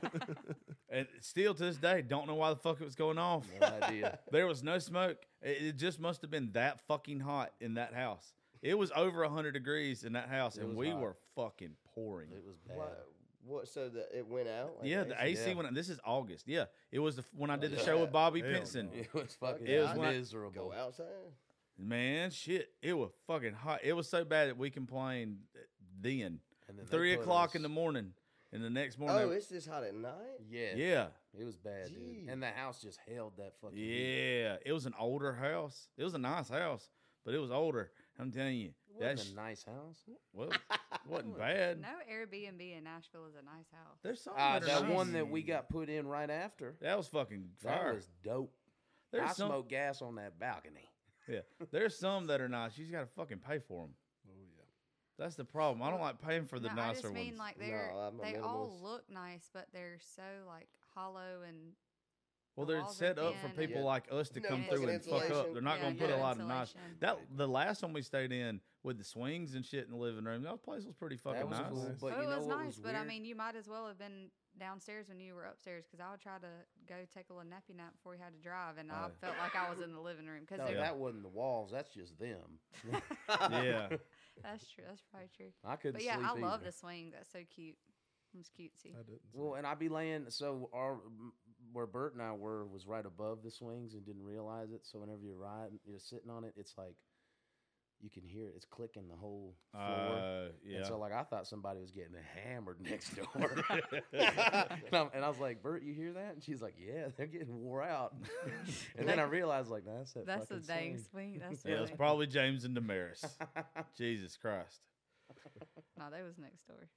Speaker 2: and still to this day, don't know why the fuck it was going off.
Speaker 6: No idea.
Speaker 2: There was no smoke. It, it just must have been that fucking hot in that house. It was over hundred degrees in that house,
Speaker 6: It
Speaker 2: and
Speaker 6: was
Speaker 2: we
Speaker 6: hot.
Speaker 2: were fucking pouring.
Speaker 6: It was bad.
Speaker 3: What, what? So that it went out. Like
Speaker 2: yeah, the AC
Speaker 6: yeah.
Speaker 2: went. This is August. Yeah, it was the, f- when I did the
Speaker 3: yeah.
Speaker 2: show with Bobby
Speaker 4: Hell
Speaker 2: Pinson.
Speaker 4: no.
Speaker 6: It was fucking
Speaker 3: It
Speaker 2: was when-
Speaker 6: miserable.
Speaker 3: Go outside.
Speaker 2: Man, shit, it was fucking hot. It was so bad that we complained then.
Speaker 6: And then they
Speaker 2: Three
Speaker 6: put
Speaker 2: o'clock
Speaker 6: us-
Speaker 2: in the morning, and the next morning.
Speaker 3: Oh,
Speaker 2: they-
Speaker 3: it's this hot at night.
Speaker 6: Yeah,
Speaker 2: yeah,
Speaker 6: It was bad, dude. And the house just held that fucking. heat.
Speaker 2: yeah. It was an older house. It was a nice house, but it was older. I'm telling you,
Speaker 6: It
Speaker 2: that
Speaker 6: was
Speaker 2: sh-
Speaker 6: a nice house.
Speaker 2: well, it wasn't bad.
Speaker 5: No Airbnb in Nashville is a nice house.
Speaker 2: There's something
Speaker 6: Uh,
Speaker 2: that, are
Speaker 6: that
Speaker 2: nice.
Speaker 6: one that we got put in right after.
Speaker 2: That was fucking
Speaker 6: That
Speaker 2: fire.
Speaker 6: was dope.
Speaker 2: there's
Speaker 6: I
Speaker 2: some,
Speaker 6: smoked gas on that balcony.
Speaker 2: yeah. There's some that are nice. You just gotta fucking pay for them.
Speaker 4: Oh, yeah.
Speaker 2: That's the problem. I don't like paying for the
Speaker 5: no, I
Speaker 2: nicer
Speaker 5: just
Speaker 2: ones.
Speaker 5: mean like they're
Speaker 3: No, I'm a
Speaker 5: they all
Speaker 3: minimalist.
Speaker 5: look nice, but they're so like hollow and
Speaker 2: Well,
Speaker 5: The
Speaker 2: they're
Speaker 5: walls are
Speaker 2: set up for
Speaker 5: thin
Speaker 2: people
Speaker 3: and-
Speaker 2: like us to
Speaker 3: No
Speaker 2: come
Speaker 5: fucking
Speaker 2: through and fuck up.
Speaker 3: insulation.
Speaker 2: They're not
Speaker 5: Yeah,
Speaker 2: gonna put
Speaker 5: no
Speaker 2: a lot of nice.
Speaker 5: insulation.
Speaker 2: That the last one we stayed in with the swings and shit in the living room, that place was pretty fucking
Speaker 6: that was
Speaker 2: nice.
Speaker 6: cool.
Speaker 4: Nice.
Speaker 6: But
Speaker 5: oh,
Speaker 6: you
Speaker 5: it
Speaker 6: know
Speaker 5: was
Speaker 6: what
Speaker 5: nice,
Speaker 6: was
Speaker 5: but I
Speaker 6: weird?
Speaker 5: mean, you might as well have been downstairs when you were upstairs because I would try to go take a little nappy nap before we had to drive, and I
Speaker 2: Oh.
Speaker 5: felt like I was in the living room because
Speaker 6: No,
Speaker 2: Yeah.
Speaker 6: that wasn't the walls. That's just them.
Speaker 2: Yeah,
Speaker 5: that's true. That's probably true.
Speaker 6: I couldn't.
Speaker 5: But yeah,
Speaker 6: sleep
Speaker 5: I love
Speaker 6: either.
Speaker 5: the swing. That's so cute. It's cutesy.
Speaker 4: I didn't. so-
Speaker 6: Well, and I'd be laying so our m- where Bert and I were was right above the swings and didn't realize it. So whenever you're riding, you're sitting on it, it's like you can hear it. It's clicking the whole floor.
Speaker 2: uh, yeah.
Speaker 6: And so like I thought somebody was getting hammered next door, and, I'm- and I was like, "Bert, you hear that?" And she's like, "Yeah, they're getting wore out." and then I realized like, nah, "That's that
Speaker 5: That's a
Speaker 6: fucking
Speaker 5: dang
Speaker 6: swing.
Speaker 5: swing. That's
Speaker 2: yeah,
Speaker 5: really.
Speaker 2: it's probably James and Damaris. Jesus Christ,
Speaker 5: No, they was next door.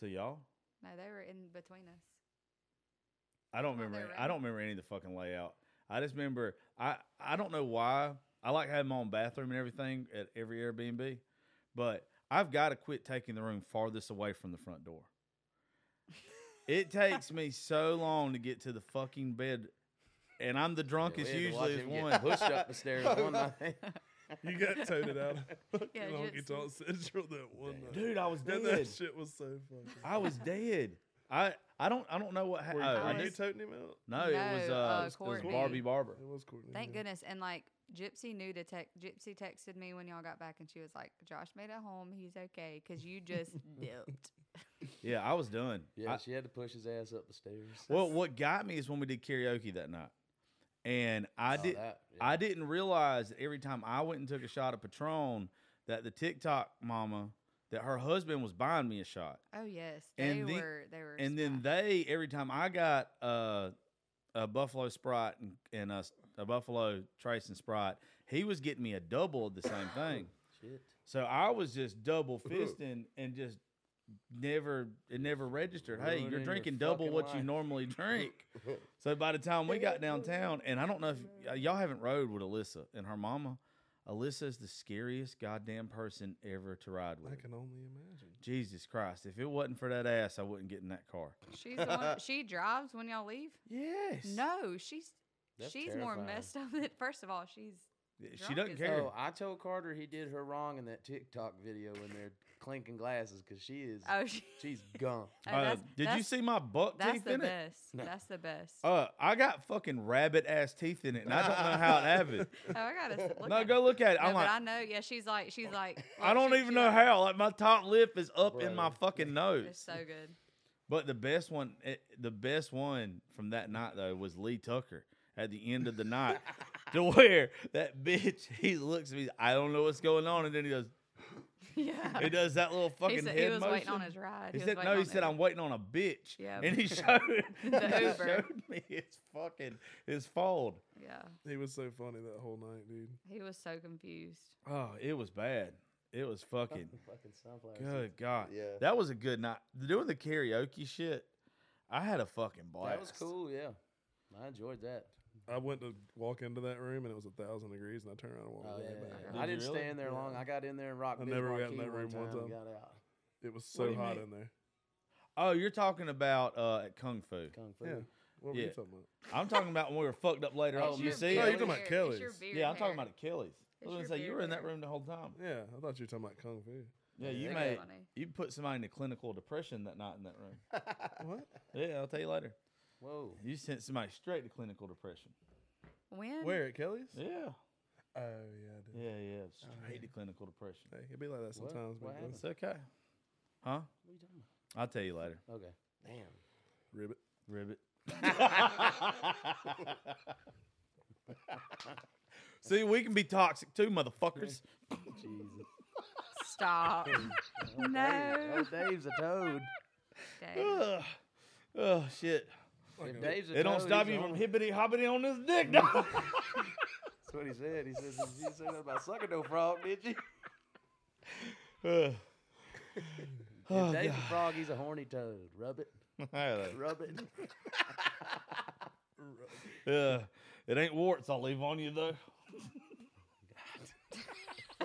Speaker 2: to y'all.
Speaker 5: No, they were in between us.
Speaker 2: I don't
Speaker 5: Oh,
Speaker 2: remember.
Speaker 5: they're
Speaker 2: any- I
Speaker 5: red.
Speaker 2: don't remember any of the fucking layout. I just remember. I I don't know why. I like having my own bathroom and everything at every Airbnb, but I've got to quit taking the room farthest away from the front door. It takes me so long to get to the fucking bed, and I'm the drunkest
Speaker 6: We had to watch
Speaker 2: usually as
Speaker 6: him get
Speaker 2: one.
Speaker 6: pushed up the stairs one night.
Speaker 4: you got toted out. of
Speaker 5: Yeah,
Speaker 4: fucking Honky
Speaker 5: just-
Speaker 4: Tonk Central that one night.
Speaker 2: Dude, I was
Speaker 4: And that
Speaker 2: dead.
Speaker 4: shit was so funny.
Speaker 2: I was dead. I I don't I don't know what
Speaker 4: Were,
Speaker 2: happened.
Speaker 4: you-
Speaker 5: I
Speaker 4: were you
Speaker 5: was-
Speaker 4: toting him out?
Speaker 2: no, it was
Speaker 5: No,
Speaker 2: uh,
Speaker 5: uh,
Speaker 2: it was- it was
Speaker 5: Courtney.
Speaker 2: Barbie Barber.
Speaker 4: It was Courtney.
Speaker 5: Thank
Speaker 2: Mm-hmm.
Speaker 4: yeah.
Speaker 5: goodness. And like Gypsy knew to text. Gypsy texted me when y'all got back, and she was like, "Josh made it home. He's okay." Because you just dipped.
Speaker 2: Yeah, I was done.
Speaker 6: Yeah,
Speaker 2: I-
Speaker 6: she had to push his ass up the stairs.
Speaker 2: Well, what got me is when we did karaoke that night, and I
Speaker 6: Oh,
Speaker 2: did.
Speaker 6: that-
Speaker 2: I didn't realize that every time I went and took a shot of Patron, that the TikTok mama, that her husband was buying me a shot,
Speaker 5: Oh yes, they
Speaker 2: And the-
Speaker 5: were. They were.
Speaker 2: and then
Speaker 5: smashed.
Speaker 2: they every time I got uh, a Buffalo Sprite and, and a, s- a Buffalo Trace and Sprite, he was getting me a double of the same thing.
Speaker 6: Shit.
Speaker 2: So I was just double fisting and just never it never registered. Hey,
Speaker 6: Ruining
Speaker 2: you're
Speaker 6: your
Speaker 2: drinking double
Speaker 6: fucking
Speaker 2: what you
Speaker 6: life.
Speaker 2: normally drink. so by the time we got downtown, and I don't know if y- y'all haven't rode with Alyssa and her mama. Alyssa is the scariest goddamn person ever to ride with.
Speaker 4: I can only imagine.
Speaker 2: Jesus Christ! If it wasn't for that ass, I wouldn't get in that car.
Speaker 5: She's the one. She drives when y'all leave.
Speaker 2: Yes.
Speaker 5: No, she's
Speaker 6: That's
Speaker 5: she's more
Speaker 6: terrifying.
Speaker 5: messed up. Than, first of all, she's
Speaker 2: She
Speaker 5: Drunk
Speaker 2: doesn't
Speaker 5: as
Speaker 2: care. Uh,
Speaker 6: Oh, I told Carter he did her wrong in that TikTok video when they're clinking glasses because she is
Speaker 5: oh she,
Speaker 6: she's gone.
Speaker 5: oh,
Speaker 2: Uh,
Speaker 5: that's,
Speaker 2: did you
Speaker 5: that's-
Speaker 2: see my buck
Speaker 5: That's
Speaker 2: teeth
Speaker 5: the
Speaker 2: in it?
Speaker 5: best.
Speaker 6: No.
Speaker 5: That's the best. Oh,
Speaker 2: Uh, I got fucking rabbit ass teeth in it, and I don't know how it happened.
Speaker 5: Oh, I gotta s- look.
Speaker 2: no,
Speaker 5: at
Speaker 2: go
Speaker 5: it.
Speaker 2: look at it.
Speaker 5: No,
Speaker 2: I'm
Speaker 5: but
Speaker 2: like,
Speaker 5: I know. Yeah, she's like she's like.
Speaker 2: I
Speaker 5: like,
Speaker 2: don't
Speaker 5: she-
Speaker 2: even
Speaker 5: she
Speaker 2: know
Speaker 5: like-
Speaker 2: how. Like my top lip is up in my
Speaker 6: Bro.
Speaker 2: fucking
Speaker 5: It's
Speaker 2: nose.
Speaker 5: so good.
Speaker 2: But the best one, eh, the best one from that night though was Lee Tucker at the end of the night, to where that bitch he looks at me. I don't know what's going on, and then he goes,
Speaker 5: Yeah.
Speaker 2: he does that little fucking
Speaker 5: he said
Speaker 2: head
Speaker 5: he was
Speaker 2: motion.
Speaker 5: waiting on his ride.
Speaker 2: he
Speaker 5: was
Speaker 2: said
Speaker 5: waiting
Speaker 2: no. He
Speaker 5: on
Speaker 2: said
Speaker 5: it.
Speaker 2: I'm waiting on a bitch,
Speaker 5: Yeah.
Speaker 2: and he showed
Speaker 5: The
Speaker 2: he
Speaker 5: Uber.
Speaker 2: showed me his fucking his fold.
Speaker 5: Yeah,
Speaker 4: He was so funny that whole night, dude.
Speaker 5: he was so confused.
Speaker 2: Oh, it was bad. It was fucking.
Speaker 6: Fucking sunflower. seeds.
Speaker 2: Good God.
Speaker 3: Yeah.
Speaker 2: That was a good night. Doing the karaoke shit, I had a fucking blast.
Speaker 6: That was cool. Yeah, I enjoyed that.
Speaker 4: I went to walk into that room and it was a thousand degrees, and I turned around and walked
Speaker 6: Oh,
Speaker 4: right
Speaker 6: yeah,
Speaker 4: back.
Speaker 6: yeah,
Speaker 2: Did
Speaker 6: yeah. I
Speaker 2: you
Speaker 6: didn't
Speaker 2: really?
Speaker 6: stay in there long.
Speaker 4: Yeah.
Speaker 6: I got in there and rocked.
Speaker 4: I
Speaker 6: Big
Speaker 4: never got in
Speaker 6: Marquee
Speaker 4: that room
Speaker 6: one
Speaker 4: one
Speaker 6: time. and
Speaker 4: time.
Speaker 6: Got out.
Speaker 4: It was
Speaker 2: What do
Speaker 4: so
Speaker 2: you
Speaker 4: hot
Speaker 2: mean?
Speaker 4: in there.
Speaker 2: Oh, you're talking about uh, at Kung Fu.
Speaker 6: Kung fu.
Speaker 4: Yeah. What were
Speaker 2: Yeah.
Speaker 4: you talking about?
Speaker 2: I'm talking about when we were fucked up later.
Speaker 6: Oh,
Speaker 2: on.
Speaker 5: It's
Speaker 2: you
Speaker 5: your
Speaker 6: man.
Speaker 2: see?
Speaker 4: No,
Speaker 5: beard
Speaker 4: you're
Speaker 2: it?
Speaker 4: talking about
Speaker 5: hair. It's
Speaker 4: Kelly's.
Speaker 5: your beard
Speaker 2: Yeah, I'm talking
Speaker 5: hair.
Speaker 2: about Achilles. I was
Speaker 5: It's
Speaker 2: gonna
Speaker 5: your
Speaker 2: say you were in that
Speaker 5: beard.
Speaker 2: room the whole time.
Speaker 4: Yeah, I thought you were talking about Kung Fu.
Speaker 2: Yeah, you
Speaker 5: That's
Speaker 2: made
Speaker 5: funny.
Speaker 2: you put somebody into clinical depression that night in that room.
Speaker 4: What?
Speaker 2: yeah, I'll tell you later.
Speaker 6: Whoa.
Speaker 2: You sent somebody straight to clinical depression.
Speaker 5: When?
Speaker 4: Where at Kelly's?
Speaker 2: Yeah,
Speaker 4: Oh yeah, dude.
Speaker 2: yeah, yeah, straight to clinical depression.
Speaker 4: Hey, it'd be like
Speaker 6: What?
Speaker 4: that sometimes.
Speaker 6: What
Speaker 4: man.
Speaker 6: happened?
Speaker 2: It's okay, huh?
Speaker 6: What are you talking
Speaker 2: I'll tell you later.
Speaker 6: about? Okay. Damn.
Speaker 4: Ribbit.
Speaker 2: Ribbit. See, we can be toxic too, motherfuckers.
Speaker 6: Jesus.
Speaker 5: Stop.
Speaker 6: Oh,
Speaker 5: No.
Speaker 6: Dave. Oh, Dave's a toad.
Speaker 5: Dang.
Speaker 2: Ugh. Oh shit!
Speaker 6: If Dave's a
Speaker 2: It don't
Speaker 6: toad,
Speaker 2: stop
Speaker 6: he's
Speaker 2: you
Speaker 6: a
Speaker 2: from
Speaker 6: homie.
Speaker 2: hippity hoppity on this dick. dog.
Speaker 6: That's what he said. He says, "You said that about sucking no frog, did you?"
Speaker 2: Ugh.
Speaker 6: If
Speaker 2: Oh,
Speaker 6: Dave's a
Speaker 2: God.
Speaker 6: frog, he's a horny toad. Rub it, rub it.
Speaker 2: Ugh. It ain't warts I'll leave on you though.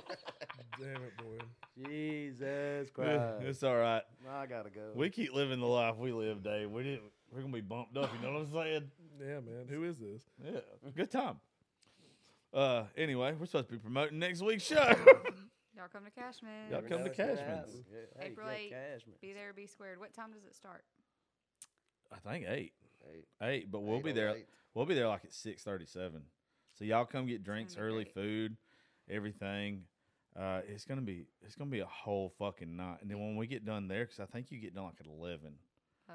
Speaker 4: Damn it, boy.
Speaker 6: Jesus
Speaker 2: Ugh,
Speaker 6: Christ.
Speaker 2: it's all right.
Speaker 6: I gotta go.
Speaker 2: We keep living the life we live, Dave. We didn't. We're gonna be bumped up. You know what I'm saying?
Speaker 4: Yeah, man. Who is this?
Speaker 2: Yeah, good time. Uh, anyway, we're supposed to be promoting next week's show.
Speaker 5: Y'all come to Cashman.
Speaker 2: Y'all
Speaker 6: Never
Speaker 2: come
Speaker 6: know
Speaker 2: to
Speaker 6: what's gonna
Speaker 2: Cashman's.
Speaker 6: happen. Yeah, hey,
Speaker 5: April
Speaker 6: yeah,
Speaker 5: 8th.
Speaker 6: Cashman.
Speaker 5: Be there, be squared. What time does it start?
Speaker 2: I think eight,
Speaker 3: Hey,
Speaker 2: eight, but we'll
Speaker 3: Eight
Speaker 2: be
Speaker 3: on
Speaker 2: there.
Speaker 3: eight.
Speaker 2: We'll be there like at six thirty-seven. So y'all come get drinks,
Speaker 5: be
Speaker 2: early
Speaker 5: great.
Speaker 2: food, everything. Uh, it's gonna be it's gonna be a whole fucking night. And then when we get done there, because I think you get done like at eleven.
Speaker 5: Uh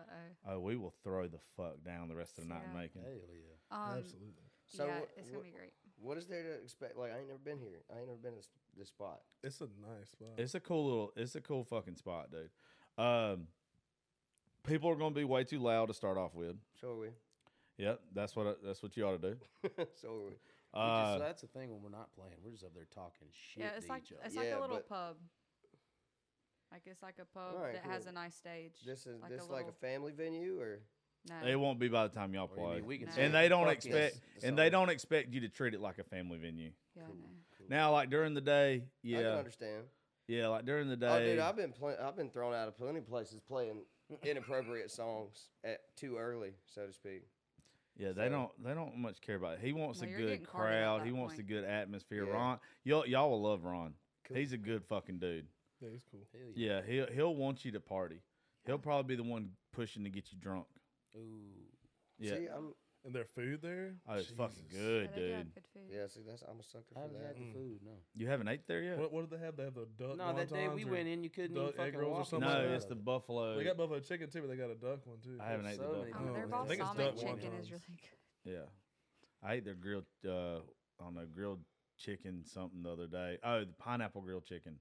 Speaker 5: oh.
Speaker 2: Oh, we will throw the fuck down the rest of the night in
Speaker 5: Yeah.
Speaker 2: Macon.
Speaker 6: Hell yeah.
Speaker 5: Um,
Speaker 4: Absolutely.
Speaker 3: So
Speaker 5: yeah,
Speaker 3: what-
Speaker 5: it's gonna
Speaker 3: what-
Speaker 5: be great.
Speaker 3: what is there to expect? Like I ain't never been here. I ain't never been to this, this spot.
Speaker 4: It's a nice spot.
Speaker 2: It's a cool little. It's a cool fucking spot, dude. Um, people are gonna be way too loud to start off with.
Speaker 3: So are we?
Speaker 2: Yep, that's what I, that's what you ought to do.
Speaker 3: so are we?
Speaker 6: We just-
Speaker 2: Uh,
Speaker 6: so that's the thing when we're not playing, we're just up there talking shit.
Speaker 5: Yeah, it's
Speaker 6: to
Speaker 5: like
Speaker 6: each other.
Speaker 5: it's like a
Speaker 3: Yeah,
Speaker 5: little
Speaker 3: but-
Speaker 5: pub. Like it's like a pub
Speaker 3: Alright,
Speaker 5: that has
Speaker 3: cool.
Speaker 5: a nice stage.
Speaker 3: This is
Speaker 5: like
Speaker 3: this
Speaker 5: a
Speaker 3: like
Speaker 5: little-
Speaker 3: a family venue or
Speaker 5: no.
Speaker 2: it won't be by the time y'all
Speaker 6: Or you mean
Speaker 2: play,
Speaker 6: we can
Speaker 5: No.
Speaker 6: say
Speaker 2: and they don't
Speaker 6: fuck
Speaker 2: expect
Speaker 6: yes.
Speaker 3: It's
Speaker 2: and they
Speaker 3: all-
Speaker 2: don't expect you to treat it like a family venue.
Speaker 5: yeah,
Speaker 3: cool,
Speaker 5: no.
Speaker 3: cool.
Speaker 2: Now, like during the day,
Speaker 3: I can
Speaker 2: yeah,
Speaker 3: understand.
Speaker 2: yeah, like during the
Speaker 3: Oh,
Speaker 2: day,
Speaker 3: dude, I've been playing. I've been thrown out of plenty of places playing inappropriate songs at too early, so to speak.
Speaker 2: yeah, they
Speaker 3: so-
Speaker 2: don't they don't much care about it. He wants
Speaker 5: Well,
Speaker 2: a
Speaker 5: you're
Speaker 2: good
Speaker 5: getting carded at
Speaker 2: crowd.
Speaker 5: that
Speaker 2: He wants a
Speaker 5: point.
Speaker 2: good atmosphere.
Speaker 3: Yeah.
Speaker 2: Ron, y'all y'all will love Ron.
Speaker 3: Cool.
Speaker 2: He's a good fucking dude.
Speaker 4: yeah, it's cool.
Speaker 6: Hell
Speaker 2: Yeah,
Speaker 6: yeah.
Speaker 2: he'll he'll want you to party. He'll probably be the one pushing to get you drunk.
Speaker 6: Ooh.
Speaker 2: Yeah.
Speaker 3: See, I'm
Speaker 4: And their food there?
Speaker 2: Oh, it's fucking
Speaker 4: Jesus.
Speaker 5: Yeah,
Speaker 2: good,
Speaker 5: they do
Speaker 2: dude.
Speaker 5: have good food.
Speaker 3: yeah. See, that's I'm a sucker
Speaker 6: I
Speaker 3: for
Speaker 6: haven't
Speaker 3: that.
Speaker 6: had the food, no.
Speaker 2: You haven't ate there yet?
Speaker 4: What, what did they have? They have the duck.
Speaker 6: No, that day we
Speaker 4: wontons or-
Speaker 6: went in, you couldn't even
Speaker 4: duck egg
Speaker 6: fucking
Speaker 4: rolls or
Speaker 6: walk. in
Speaker 2: no,
Speaker 4: something like
Speaker 6: front of
Speaker 2: it's
Speaker 6: it.
Speaker 2: the buffalo.
Speaker 4: They uh, got buffalo chicken too, but they got a duck one too.
Speaker 2: I haven't
Speaker 6: There's
Speaker 2: ate the
Speaker 6: so
Speaker 2: duck.
Speaker 6: many
Speaker 5: Oh,
Speaker 4: Oh,
Speaker 5: their
Speaker 4: I think it's
Speaker 5: balsamic
Speaker 4: duck
Speaker 5: chicken
Speaker 4: wontons.
Speaker 5: is really good.
Speaker 2: yeah, I ate their grilled. Uh, I don't know, grilled chicken something the other day. Oh, the pineapple grilled chicken,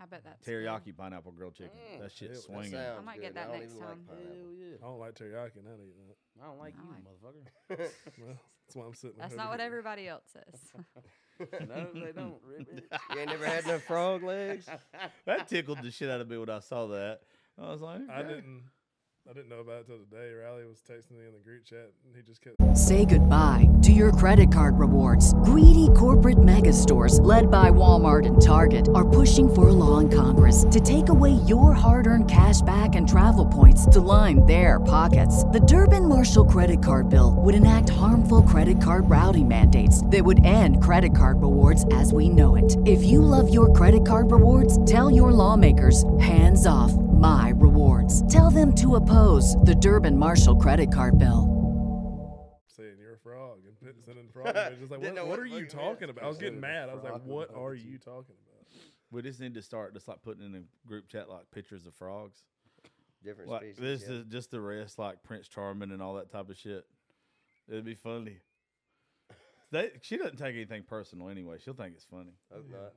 Speaker 5: I bet that's good.
Speaker 2: teriyaki pineapple grilled chicken.
Speaker 6: Mm,
Speaker 2: that shit
Speaker 4: hell, that
Speaker 3: That
Speaker 2: swinging.
Speaker 3: sounds
Speaker 5: might
Speaker 3: good.
Speaker 5: get that
Speaker 3: I don't
Speaker 5: next
Speaker 3: even
Speaker 5: time.
Speaker 3: Like pineapple.
Speaker 6: Hell yeah.
Speaker 4: I don't like teriyaki, and I don't eat that.
Speaker 6: I don't like
Speaker 5: I
Speaker 6: you,
Speaker 5: like-
Speaker 6: motherfucker.
Speaker 4: Well, that's why I'm sitting.
Speaker 5: That's
Speaker 4: over
Speaker 5: not what
Speaker 4: here.
Speaker 5: everybody else says.
Speaker 6: no, they don't. Ribbit.
Speaker 3: You ain't never had no frog legs.
Speaker 2: that tickled the shit out of me when I saw that. I was like,
Speaker 4: I
Speaker 2: okay.
Speaker 4: didn't. I didn't know about it till today. Riley was texting me in the group chat, and he just kept.
Speaker 7: Say goodbye to your credit card rewards. Greedy corporate mega stores, led by Walmart and Target, are pushing for a law in Congress to take away your hard earned cash back and travel points to line their pockets. The Durbin Marshall credit card bill would enact harmful credit card routing mandates that would end credit card rewards as we know it. If you love your credit card rewards, tell your lawmakers hands off my rewards. Tell them to oppose the Durbin Marshall credit card bill.
Speaker 4: saying you're a frog and put- sending frog. I was just like,
Speaker 3: Didn't
Speaker 4: what,
Speaker 3: know
Speaker 4: what,
Speaker 3: what
Speaker 4: are
Speaker 3: the fuck
Speaker 4: you
Speaker 3: it
Speaker 4: talking
Speaker 3: is.
Speaker 4: about? I was getting
Speaker 6: Considered a
Speaker 4: mad. I was like,
Speaker 6: frog
Speaker 4: what
Speaker 6: with
Speaker 4: are
Speaker 6: attitude.
Speaker 4: you talking about?
Speaker 2: we just need to start just like putting in a group chat like pictures of frogs.
Speaker 3: Different
Speaker 2: Like
Speaker 3: species.
Speaker 2: this
Speaker 3: yeah.
Speaker 2: is just the rest, like Prince Charming and all that type of shit. It'd be funny. They, she doesn't take anything personal anyway. She'll think it's funny.
Speaker 3: Hope not.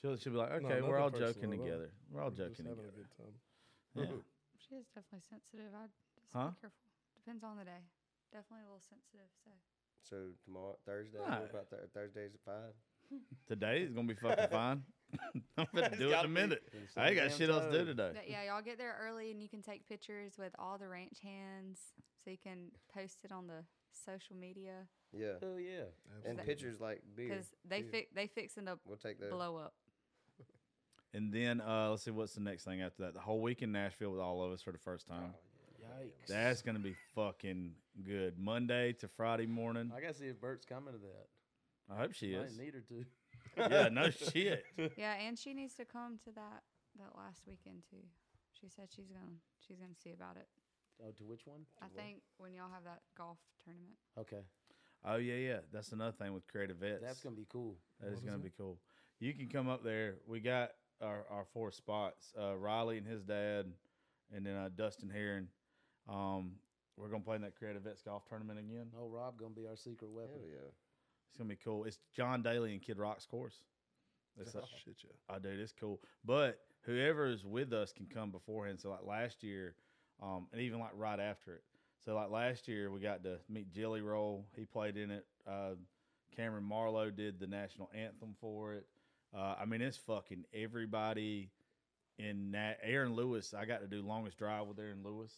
Speaker 2: She'll, she'll be like,
Speaker 4: No,
Speaker 2: okay, we're
Speaker 4: nothing
Speaker 2: all
Speaker 4: personal
Speaker 2: joking
Speaker 4: at all.
Speaker 2: together. We're all
Speaker 4: We're just
Speaker 2: joking
Speaker 4: having a
Speaker 2: together.
Speaker 4: good time.
Speaker 2: Yeah.
Speaker 5: she is definitely sensitive. I'd just
Speaker 2: Huh?
Speaker 5: be careful. Depends on the day. Definitely a little sensitive. So
Speaker 3: So tomorrow, Thursday,
Speaker 2: Nah.
Speaker 3: what about th- Thursdays at five?
Speaker 2: Today is gonna be fucking fine. I'm gonna
Speaker 3: It's
Speaker 2: do it in a
Speaker 3: gotta be.
Speaker 2: minute.
Speaker 6: It's
Speaker 2: I ain't got
Speaker 6: goddamn
Speaker 2: shit else to do
Speaker 6: time.
Speaker 2: today.
Speaker 5: But yeah, y'all get there early and you can take pictures with all the ranch hands, so you can post it on the social media
Speaker 3: Yeah.
Speaker 6: Hell yeah.
Speaker 3: And
Speaker 5: That-
Speaker 3: pictures like beer.
Speaker 5: because they
Speaker 3: Yeah.
Speaker 5: fi- they fixing to
Speaker 3: We'll take those.
Speaker 5: blow up.
Speaker 2: And then uh, let's see what's the next thing after that. The whole week in Nashville with all of us for the first time.
Speaker 6: Yikes.
Speaker 2: That's gonna be fucking good. Monday to Friday morning.
Speaker 6: I gotta see if Bert's coming to that.
Speaker 2: I hope she
Speaker 6: I
Speaker 2: is.
Speaker 6: didn't need her to.
Speaker 2: Yeah, no shit.
Speaker 5: yeah, and she needs to come to that that last weekend too. She said she's gonna she's gonna see about it.
Speaker 6: Oh, to which one?
Speaker 5: I think when y'all have that golf tournament.
Speaker 6: Okay,
Speaker 2: Oh yeah, yeah. That's another thing with creative vets.
Speaker 6: that's gonna be cool.
Speaker 2: That is going to be cool. You can come up there. We got our, our four spots uh, Riley and his dad, and then uh, Dustin Heron. Um, we're going to play in that Creative Vets Golf Tournament again.
Speaker 6: No, Rob gonna be our secret
Speaker 3: Hell
Speaker 6: weapon.
Speaker 3: yeah.
Speaker 2: It's going to be cool. It's John Daly and Kid Rock's course. It's like,
Speaker 4: Shit, yeah.
Speaker 2: oh, dude, it's cool. But whoever is with us can come beforehand. So, like last year, um, and even like right after it. So, like last year, we got to meet Jelly Roll. He played in it. Uh, Cameron Marlowe did the national anthem for it. Uh, I mean, it's fucking everybody in that. Aaron Lewis, I got to do longest drive with Aaron Lewis.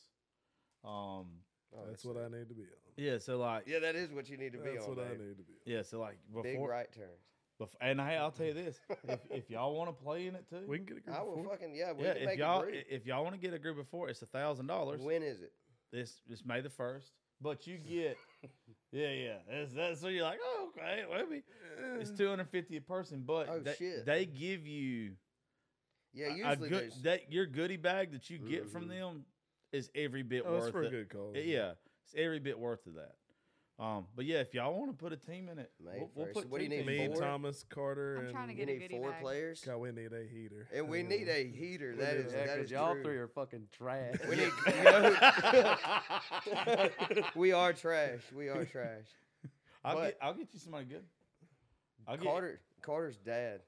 Speaker 2: Um,
Speaker 3: Oh,
Speaker 4: That's what I need to be on.
Speaker 2: yeah, so like,
Speaker 3: Yeah, that is what you need to be
Speaker 4: That's
Speaker 3: on.
Speaker 4: what I
Speaker 3: Dave.
Speaker 4: need to be on.
Speaker 2: yeah, so like
Speaker 3: Big
Speaker 2: before,
Speaker 3: right turns.
Speaker 2: bef- and hey, I'll tell you this: if, if y'all want to play in it too,
Speaker 4: We can get a group.
Speaker 3: I
Speaker 4: of
Speaker 3: will
Speaker 4: four.
Speaker 3: fucking yeah. We
Speaker 2: yeah,
Speaker 3: can
Speaker 2: if
Speaker 3: make
Speaker 2: y'all
Speaker 3: a group.
Speaker 2: i- if y'all want to get a group of four, it's a thousand dollars.
Speaker 3: When is it?
Speaker 2: This it's May the first, but you get yeah yeah. That's, that's so you're like oh, okay, maybe it's two hundred fifty a person, but
Speaker 3: Oh,
Speaker 2: they,
Speaker 3: shit.
Speaker 2: they give you
Speaker 3: Yeah,
Speaker 2: a-
Speaker 3: usually
Speaker 2: a good
Speaker 3: there's
Speaker 2: that your goodie bag that you get from
Speaker 3: Mhm.
Speaker 2: them is every bit
Speaker 4: Oh,
Speaker 2: worth
Speaker 4: that's for a
Speaker 2: it.
Speaker 4: good cause.
Speaker 2: Yeah, it's every bit worth of that. Um, but yeah, if y'all want to put a team in it,
Speaker 3: May
Speaker 2: we'll, we'll
Speaker 3: 1st.
Speaker 2: put
Speaker 3: What do
Speaker 2: two
Speaker 3: you need,
Speaker 4: Me,
Speaker 2: teams.
Speaker 3: four?
Speaker 4: Thomas, Carter,
Speaker 5: I'm
Speaker 4: and
Speaker 5: trying to
Speaker 3: you
Speaker 5: get a
Speaker 3: need
Speaker 5: goodie
Speaker 3: four
Speaker 5: bag.
Speaker 3: players,
Speaker 4: God, we need a heater.
Speaker 3: and we need a heater. That
Speaker 4: need
Speaker 3: is
Speaker 4: a- Yeah,
Speaker 3: that
Speaker 6: because
Speaker 3: is
Speaker 6: y'all
Speaker 3: true.
Speaker 6: three are fucking trash.
Speaker 3: We need, you know who- we are trash. We are trash.
Speaker 2: I'll
Speaker 3: But-
Speaker 2: get, I'll get you somebody good. I'll get-
Speaker 3: Carter, Carter's dad.